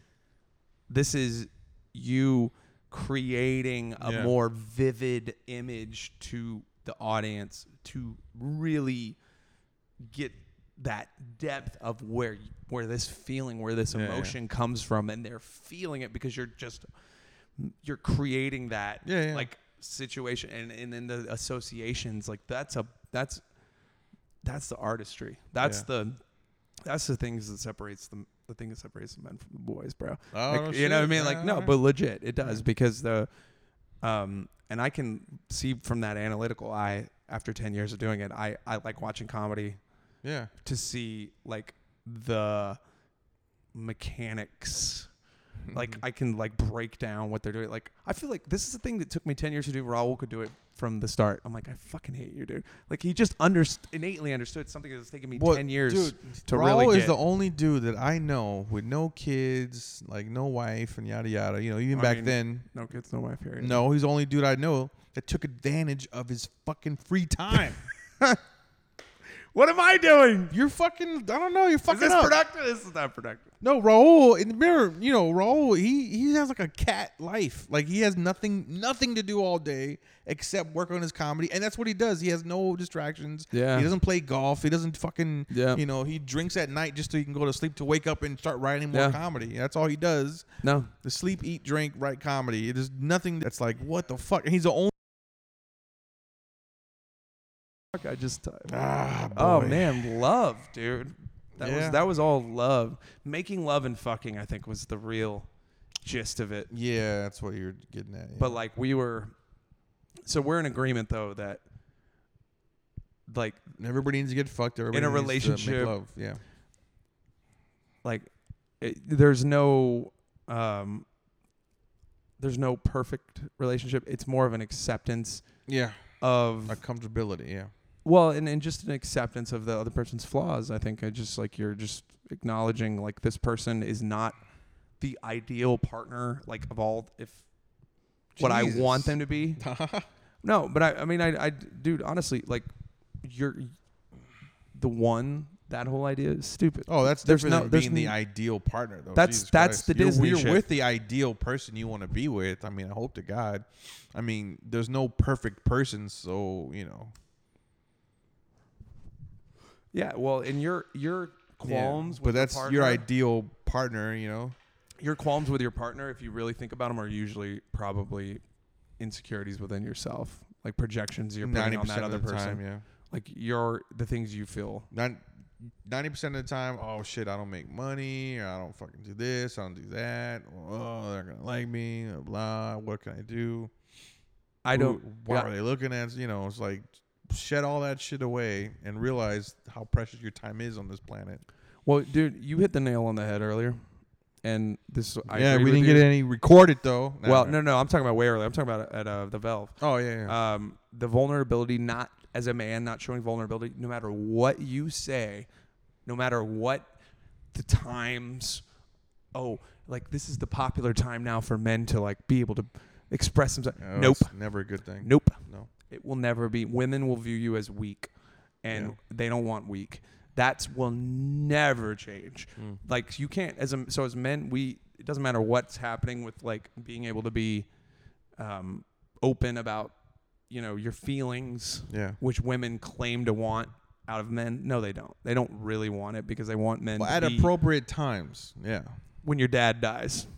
Speaker 1: this is you creating a
Speaker 2: Yeah.
Speaker 1: more vivid image to the audience to really get that depth of where where this feeling, where this
Speaker 2: Yeah, yeah.
Speaker 1: emotion comes from and they're feeling it because you're just you're creating that
Speaker 2: Yeah, yeah.
Speaker 1: like situation and and then the associations like that's a that's that's the artistry. That's
Speaker 2: Yeah.
Speaker 1: the that's the things that separates the the thing that separates the men from the boys, bro.
Speaker 2: Oh,
Speaker 1: Like,
Speaker 2: no
Speaker 1: you know what I
Speaker 2: shit.
Speaker 1: mean? Like no,
Speaker 2: Alright.
Speaker 1: but legit, it does because the um and I can see from that analytical eye after 10 years of doing it, I I like watching comedy
Speaker 2: Yeah.
Speaker 1: to see like the mechanics
Speaker 2: Hmm.
Speaker 1: like I can like break down what they're doing. Like I feel like this is the thing that took me ten years to do. Raul could do it from the start. I'm like, I fucking hate you, dude. Like he just under innately understood something that's taken me
Speaker 2: Well,
Speaker 1: ten years
Speaker 2: dude,
Speaker 1: to
Speaker 2: Raul
Speaker 1: really
Speaker 2: is
Speaker 1: get.
Speaker 2: the only dude that I know with no kids, like no wife and yada yada. You know, even
Speaker 1: I
Speaker 2: back
Speaker 1: mean,
Speaker 2: then,
Speaker 1: no kids, no wife here.
Speaker 2: no, he's the only dude I know that took advantage of his fucking free time.
Speaker 1: What am I doing?
Speaker 2: you're fucking, I don't know, you're
Speaker 1: Is
Speaker 2: fucking
Speaker 1: this
Speaker 2: up.
Speaker 1: productive? This is not productive.
Speaker 2: no, Raul in the mirror, you know, Raul, he he has like a cat life. Like he has nothing nothing to do all day except work on his comedy, and that's what he does. He has no distractions.
Speaker 1: Yeah.
Speaker 2: he doesn't play golf. He doesn't fucking
Speaker 1: Yeah.
Speaker 2: You know, he drinks at night just so he can go to sleep to wake up and start writing more
Speaker 1: Yeah.
Speaker 2: comedy. That's all he does.
Speaker 1: No,
Speaker 2: The sleep, eat, drink, write comedy. There's nothing that's like, what the fuck? And he's the only.
Speaker 1: fuck. I just.
Speaker 2: Ah,
Speaker 1: oh
Speaker 2: boy.
Speaker 1: man, love, dude. That
Speaker 2: Yeah.
Speaker 1: was that was all love. Making love and fucking, I think, was the real gist of it.
Speaker 2: Yeah, that's what you're getting at. yeah.
Speaker 1: But like we were, so we're in agreement though that like
Speaker 2: everybody needs to get fucked. Everybody
Speaker 1: a
Speaker 2: needs to make
Speaker 1: relationship-
Speaker 2: love. Yeah.
Speaker 1: like it, there's no um there's no perfect relationship. It's more of an acceptance
Speaker 2: Yeah.
Speaker 1: of
Speaker 2: A comfortability. Yeah.
Speaker 1: well and, and just an acceptance of the other person's flaws i think i just like you're just acknowledging like this person is not the ideal partner like of all if what i
Speaker 2: Jesus.
Speaker 1: want them to be no but i i mean i i dude honestly like you're the one that whole idea is stupid
Speaker 2: Oh, that's
Speaker 1: There's
Speaker 2: different
Speaker 1: no-
Speaker 2: than
Speaker 1: there's
Speaker 2: being the
Speaker 1: n-
Speaker 2: ideal partner, though.
Speaker 1: That's-
Speaker 2: Jesus
Speaker 1: that's
Speaker 2: Christ.
Speaker 1: the
Speaker 2: you're,
Speaker 1: Disney
Speaker 2: You're
Speaker 1: shit.
Speaker 2: with the ideal person you want to be with. I mean, I hope to God. I mean, there's no perfect person, so you know.
Speaker 1: yeah well and your your qualms
Speaker 2: Yeah.
Speaker 1: with
Speaker 2: but that's
Speaker 1: your,
Speaker 2: your
Speaker 1: partner-
Speaker 2: ideal partner. You know.
Speaker 1: your qualms with your partner if you really think about them are usually probably insecurities within yourself like projections you're putting
Speaker 2: Ninety
Speaker 1: on that
Speaker 2: percent
Speaker 1: other
Speaker 2: of the
Speaker 1: person
Speaker 2: time, yeah.
Speaker 1: like your the things you feel
Speaker 2: Ninety percent of the time, oh shit, I don't make money, or I don't fucking do this, I don't do that. or, oh, they're gonna like me, blah, blah. What can I do?
Speaker 1: i
Speaker 2: Who-
Speaker 1: don't
Speaker 2: Why
Speaker 1: yeah,
Speaker 2: are they looking at? us? You know, it's like shed all that shit away and realize how precious your time is on this planet.
Speaker 1: well dude you hit the nail on the head earlier and this I
Speaker 2: yeah,
Speaker 1: agree
Speaker 2: we
Speaker 1: with
Speaker 2: didn't
Speaker 1: you.
Speaker 2: get any recorded though. Nah,
Speaker 1: well
Speaker 2: nah.
Speaker 1: no no i'm talking about way earlier i'm talking about at uh, the valve
Speaker 2: Oh yeah, yeah.
Speaker 1: um the vulnerability not as a man not showing vulnerability no matter what you say no matter what the times oh like this is the popular time now for men to like be able to express themselves
Speaker 2: No,
Speaker 1: nope
Speaker 2: it's never a good thing.
Speaker 1: nope
Speaker 2: No.
Speaker 1: It will never be. Women will view you as weak, and
Speaker 2: Yeah.
Speaker 1: they don't want weak. That will never change.
Speaker 2: Hmm.
Speaker 1: Like you can't as a so as men, we it doesn't matter what's happening with like being able to be um, open about you know your feelings,
Speaker 2: Yeah.
Speaker 1: which women claim to want out of men. No, they don't. They don't really want it because they want men.
Speaker 2: Well,
Speaker 1: to
Speaker 2: at
Speaker 1: be-
Speaker 2: appropriate times. Yeah.
Speaker 1: when your dad dies.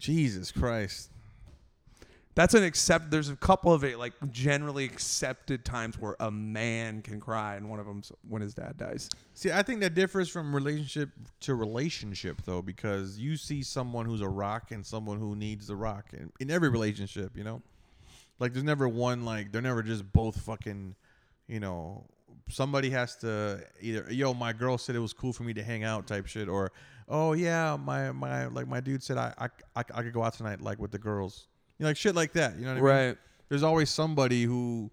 Speaker 2: Jesus Christ.
Speaker 1: That's an accept. There's a couple of it, like generally accepted times where a man can cry, and one of them's when his dad dies.
Speaker 2: See, I think that differs from relationship to relationship, though, because you see someone who's a rock and someone who needs the rock in, in every relationship, you know? Like, there's never one, like, they're never just both fucking, you know, somebody has to either, yo, my girl said it was cool for me to hang out type shit, or, oh, yeah, my, my, like, my dude said I, I, I, I could go out tonight, like, with the girls. You know, like, shit like that, you know what I mean?
Speaker 1: Right.
Speaker 2: there's always somebody who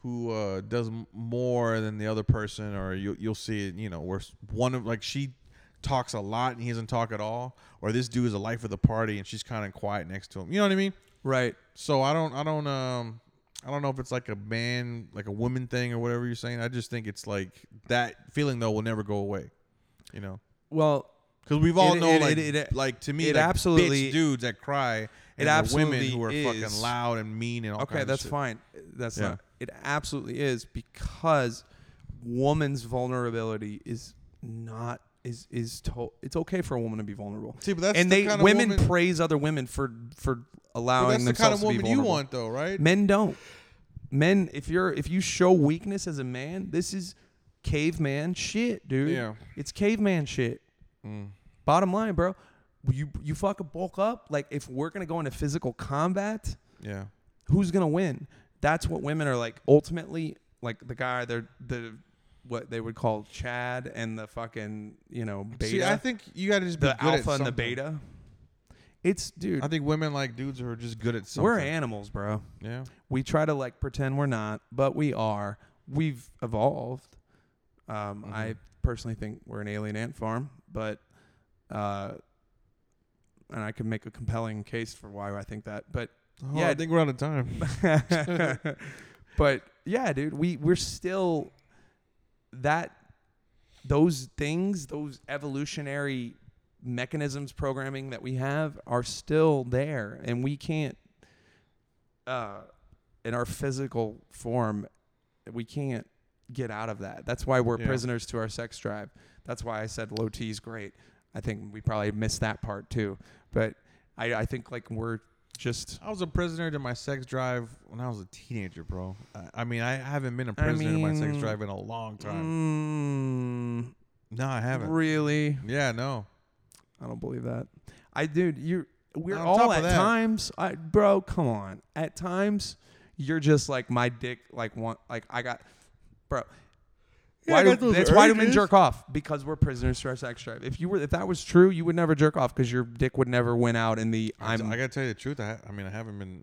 Speaker 2: who uh, does m- more than the other person, or you, you'll see it, you know, where s- one of like she talks a lot and he doesn't talk at all, or this dude is the life of the party and she's kind of quiet next to him. You know what I mean?
Speaker 1: Right.
Speaker 2: So I don't, I don't, um, I don't know if it's like a man, like a woman thing or whatever you're saying. I just think it's like that feeling though will never go away. You know,
Speaker 1: Well,
Speaker 2: because we've all
Speaker 1: It-
Speaker 2: known
Speaker 1: it-
Speaker 2: like,
Speaker 1: it- it-
Speaker 2: like to me,
Speaker 1: it
Speaker 2: like, bitch
Speaker 1: absolutely-
Speaker 2: dudes that cry and the women
Speaker 1: absolutely
Speaker 2: who are
Speaker 1: is.
Speaker 2: fucking loud and mean and all kinds
Speaker 1: okay,
Speaker 2: of
Speaker 1: that's
Speaker 2: shit.
Speaker 1: fine. That's
Speaker 2: Yeah.
Speaker 1: not. It absolutely is because woman's vulnerability is not is is to, It's okay for a woman to be vulnerable.
Speaker 2: See, but that's
Speaker 1: and
Speaker 2: the
Speaker 1: they
Speaker 2: kind of
Speaker 1: women
Speaker 2: woman-
Speaker 1: praise other women for for
Speaker 2: But
Speaker 1: allowing
Speaker 2: that's the
Speaker 1: themselves
Speaker 2: kind of
Speaker 1: to
Speaker 2: woman
Speaker 1: be
Speaker 2: you
Speaker 1: vulnerable.
Speaker 2: want, though, right?
Speaker 1: Men don't. Men, if you're if you show weakness as a man, this is caveman shit, dude.
Speaker 2: Yeah.
Speaker 1: It's caveman shit. Mm, Bottom line, bro. You you fucking bulk up. Like if we're gonna go into physical combat,
Speaker 2: Yeah.
Speaker 1: who's gonna win? That's what women are like. Ultimately, like the guy, they're the what they would call Chad and the fucking you know beta,
Speaker 2: See, I think you got to just be
Speaker 1: the
Speaker 2: good at
Speaker 1: alpha and the
Speaker 2: something.
Speaker 1: beta. It's dude,
Speaker 2: I think women like dudes who are just good at something.
Speaker 1: we're animals, bro.
Speaker 2: Yeah.
Speaker 1: We try to like pretend we're not, but we are. We've evolved. Um, I personally think we're an alien ant farm, but uh, and I could make a compelling case for why I think that. But
Speaker 2: Oh,
Speaker 1: yeah,
Speaker 2: I think we're out of time.
Speaker 1: but yeah, dude, we we're still that those things, those evolutionary mechanisms programming that we have are still there and we can't uh in our physical form we can't get out of that. That's why we're
Speaker 2: Yeah.
Speaker 1: prisoners to our sex drive. That's why I said low T is great. I think we probably missed that part too. But I, I think like we're just
Speaker 2: I was a prisoner to my sex drive when I was a teenager, bro. I, I mean, I haven't been a
Speaker 1: I
Speaker 2: prisoner to my sex
Speaker 1: mean-
Speaker 2: drive in a long time.
Speaker 1: Mm,
Speaker 2: No, I haven't.
Speaker 1: Really?
Speaker 2: Yeah, no.
Speaker 1: I don't believe that. I dude, you we're
Speaker 2: On top
Speaker 1: all
Speaker 2: of
Speaker 1: at
Speaker 2: that-
Speaker 1: times, I, bro. Come on, at times you're just like my dick. Like one, like I got, bro.
Speaker 2: Yeah,
Speaker 1: why
Speaker 2: I
Speaker 1: do,
Speaker 2: got those
Speaker 1: that's why do men
Speaker 2: urges.
Speaker 1: jerk off? Because we're prisoners to our sex drive. If you were, if that was true, you would never jerk off because your dick would never win out in the
Speaker 2: I'm,
Speaker 1: I'm
Speaker 2: I got to tell you the truth. I, ha- I mean, I haven't been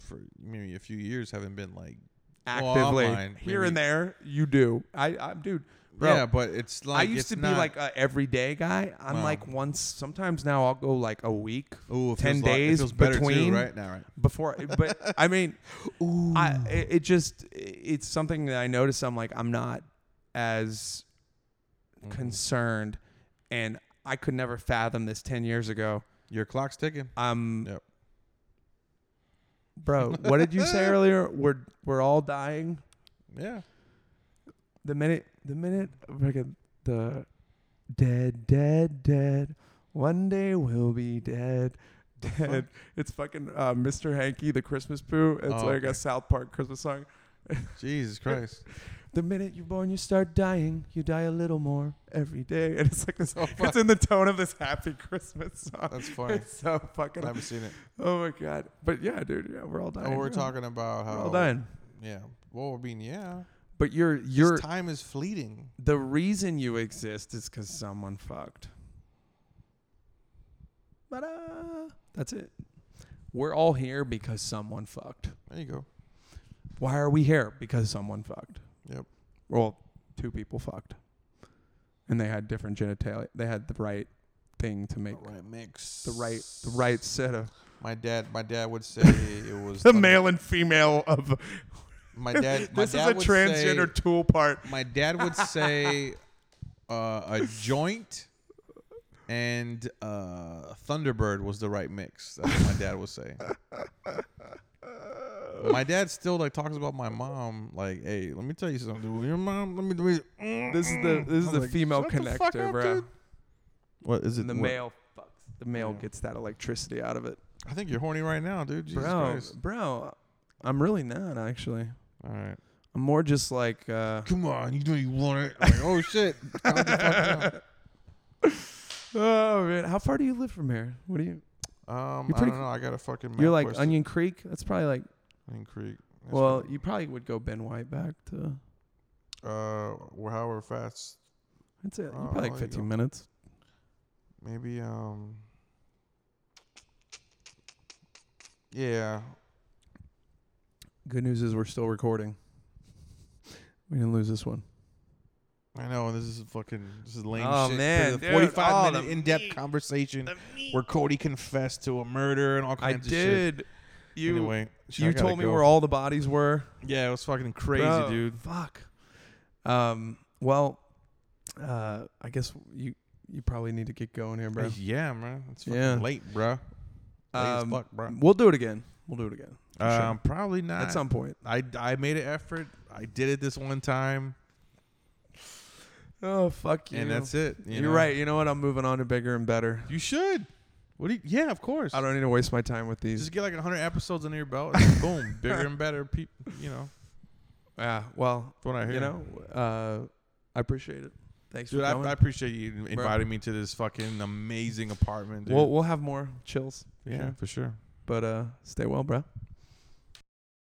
Speaker 2: for maybe a few years. Haven't been like well,
Speaker 1: actively
Speaker 2: online,
Speaker 1: here
Speaker 2: maybe.
Speaker 1: and there. You do. I, I'm dude, bro.
Speaker 2: Yeah, but it's like
Speaker 1: I used
Speaker 2: it's
Speaker 1: to be
Speaker 2: not-
Speaker 1: like a everyday guy. I'm
Speaker 2: Wow.
Speaker 1: like once. Sometimes now I'll go like a week,
Speaker 2: Ooh, it
Speaker 1: ten
Speaker 2: feels like- it
Speaker 1: days
Speaker 2: feels better too,
Speaker 1: between
Speaker 2: right now, right?
Speaker 1: Before, but I mean, I, it, it just it's something that I notice. I'm like I'm not as
Speaker 2: Mm-hmm.
Speaker 1: concerned, and I could never fathom this ten years ago.
Speaker 2: your clock's ticking.
Speaker 1: Um,
Speaker 2: Yep.
Speaker 1: bro, what did you say earlier? We're we're all dying.
Speaker 2: Yeah.
Speaker 1: the minute the minute freaking the dead dead dead one day we'll be dead dead it's fucking uh, mr hanky the christmas poo it's
Speaker 2: Oh,
Speaker 1: like
Speaker 2: okay.
Speaker 1: a south park christmas song
Speaker 2: Jesus Christ.
Speaker 1: the minute you're born you start dying you die a little more every day and it's like this it's in the tone of this happy christmas song
Speaker 2: That's funny.
Speaker 1: it's so
Speaker 2: I haven't
Speaker 1: fucking
Speaker 2: seen it.
Speaker 1: oh my god but yeah dude yeah we're all dying
Speaker 2: Oh, we're
Speaker 1: yeah.
Speaker 2: talking about
Speaker 1: we're
Speaker 2: how
Speaker 1: all dying
Speaker 2: Yeah. Well, I mean, yeah.
Speaker 1: but you're
Speaker 2: This
Speaker 1: you're
Speaker 2: time is fleeting.
Speaker 1: the reason you exist is because someone fucked. But uh, that's it. We're all here because someone fucked.
Speaker 2: There you go.
Speaker 1: Why are we here? Because someone fucked.
Speaker 2: Yep.
Speaker 1: Well, two people fucked, and they had different genitalia. They had the right thing to make
Speaker 2: All right, mix.
Speaker 1: the right the right set of
Speaker 2: My dad. My dad would say it was
Speaker 1: the
Speaker 2: thun-
Speaker 1: male and female of.
Speaker 2: My dad. My
Speaker 1: this is
Speaker 2: dad
Speaker 1: a
Speaker 2: would
Speaker 1: transgender
Speaker 2: Say,
Speaker 1: tool part.
Speaker 2: my dad would say uh, a joint and uh, Thunderbird was the right mix. That's what my dad would say. My dad still like talks about my mom. Like, hey, let me tell you something. dude. Your mom. Let me. Let me
Speaker 1: This is the this is the female connector, bro.
Speaker 2: What is it?
Speaker 1: And the
Speaker 2: what?
Speaker 1: male fucks. The male
Speaker 2: Yeah.
Speaker 1: gets that electricity out of it.
Speaker 2: I think you're horny right now, dude. Jesus
Speaker 1: bro,
Speaker 2: Christ.
Speaker 1: bro, I'm really not actually.
Speaker 2: All right.
Speaker 1: I'm more just like, uh,
Speaker 2: Come on, you know you want it. Like, oh shit. Calm the fuck down.
Speaker 1: oh man, how far do you live from here? What do you?
Speaker 2: Um,
Speaker 1: You're
Speaker 2: I
Speaker 1: pretty-
Speaker 2: don't know. I got a fucking. Map
Speaker 1: You're like
Speaker 2: question.
Speaker 1: Onion Creek. That's probably like.
Speaker 2: Onion Creek. That's
Speaker 1: well,
Speaker 2: right.
Speaker 1: you probably would go Ben White back to.
Speaker 2: uh, well, however fast,
Speaker 1: That's it.
Speaker 2: Oh,
Speaker 1: You're probably
Speaker 2: there you
Speaker 1: like 15
Speaker 2: go.
Speaker 1: minutes.
Speaker 2: maybe um. Yeah,
Speaker 1: Good news is we're still recording. We didn't lose this one.
Speaker 2: I know this is fucking this is lame
Speaker 1: Oh,
Speaker 2: shit.
Speaker 1: man,
Speaker 2: This is a
Speaker 1: dude.
Speaker 2: forty-five
Speaker 1: Oh,
Speaker 2: minute
Speaker 1: the
Speaker 2: in-depth conversation where Cody confessed to a murder and all
Speaker 1: I
Speaker 2: kinds of shit.
Speaker 1: did. You
Speaker 2: anyway, shit, I
Speaker 1: you
Speaker 2: gotta
Speaker 1: told me
Speaker 2: go.
Speaker 1: where all the bodies were.
Speaker 2: Yeah, it was fucking crazy,
Speaker 1: Bro,
Speaker 2: dude.
Speaker 1: Fuck. Um. Well, uh, I guess you you probably need to get going here, bro.
Speaker 2: Yeah, man. It's fucking
Speaker 1: Yeah.
Speaker 2: late, bro. Late as
Speaker 1: Um,
Speaker 2: fuck, bro. Um,
Speaker 1: We'll do it again. We'll do it again. for sure.
Speaker 2: probably not.
Speaker 1: At some point.
Speaker 2: I I made an effort. I did it this one time,
Speaker 1: Oh fuck you.
Speaker 2: and that's it.
Speaker 1: You
Speaker 2: You
Speaker 1: are
Speaker 2: know?
Speaker 1: right. You know what? I'm moving on to bigger and better.
Speaker 2: You should. What do you? Yeah, of course.
Speaker 1: I don't need to waste my time with these.
Speaker 2: just get like hundred episodes under your belt. And boom, bigger and better. Peop, you know
Speaker 1: Yeah. Well,
Speaker 2: that's what I hear.
Speaker 1: you know, uh, I appreciate it. Thanks
Speaker 2: dude,
Speaker 1: for
Speaker 2: I,
Speaker 1: coming.
Speaker 2: I appreciate you inviting me to this fucking amazing apartment. Dude.
Speaker 1: we'll we'll have more chills.
Speaker 2: yeah, for sure.
Speaker 1: But uh, stay well, bro.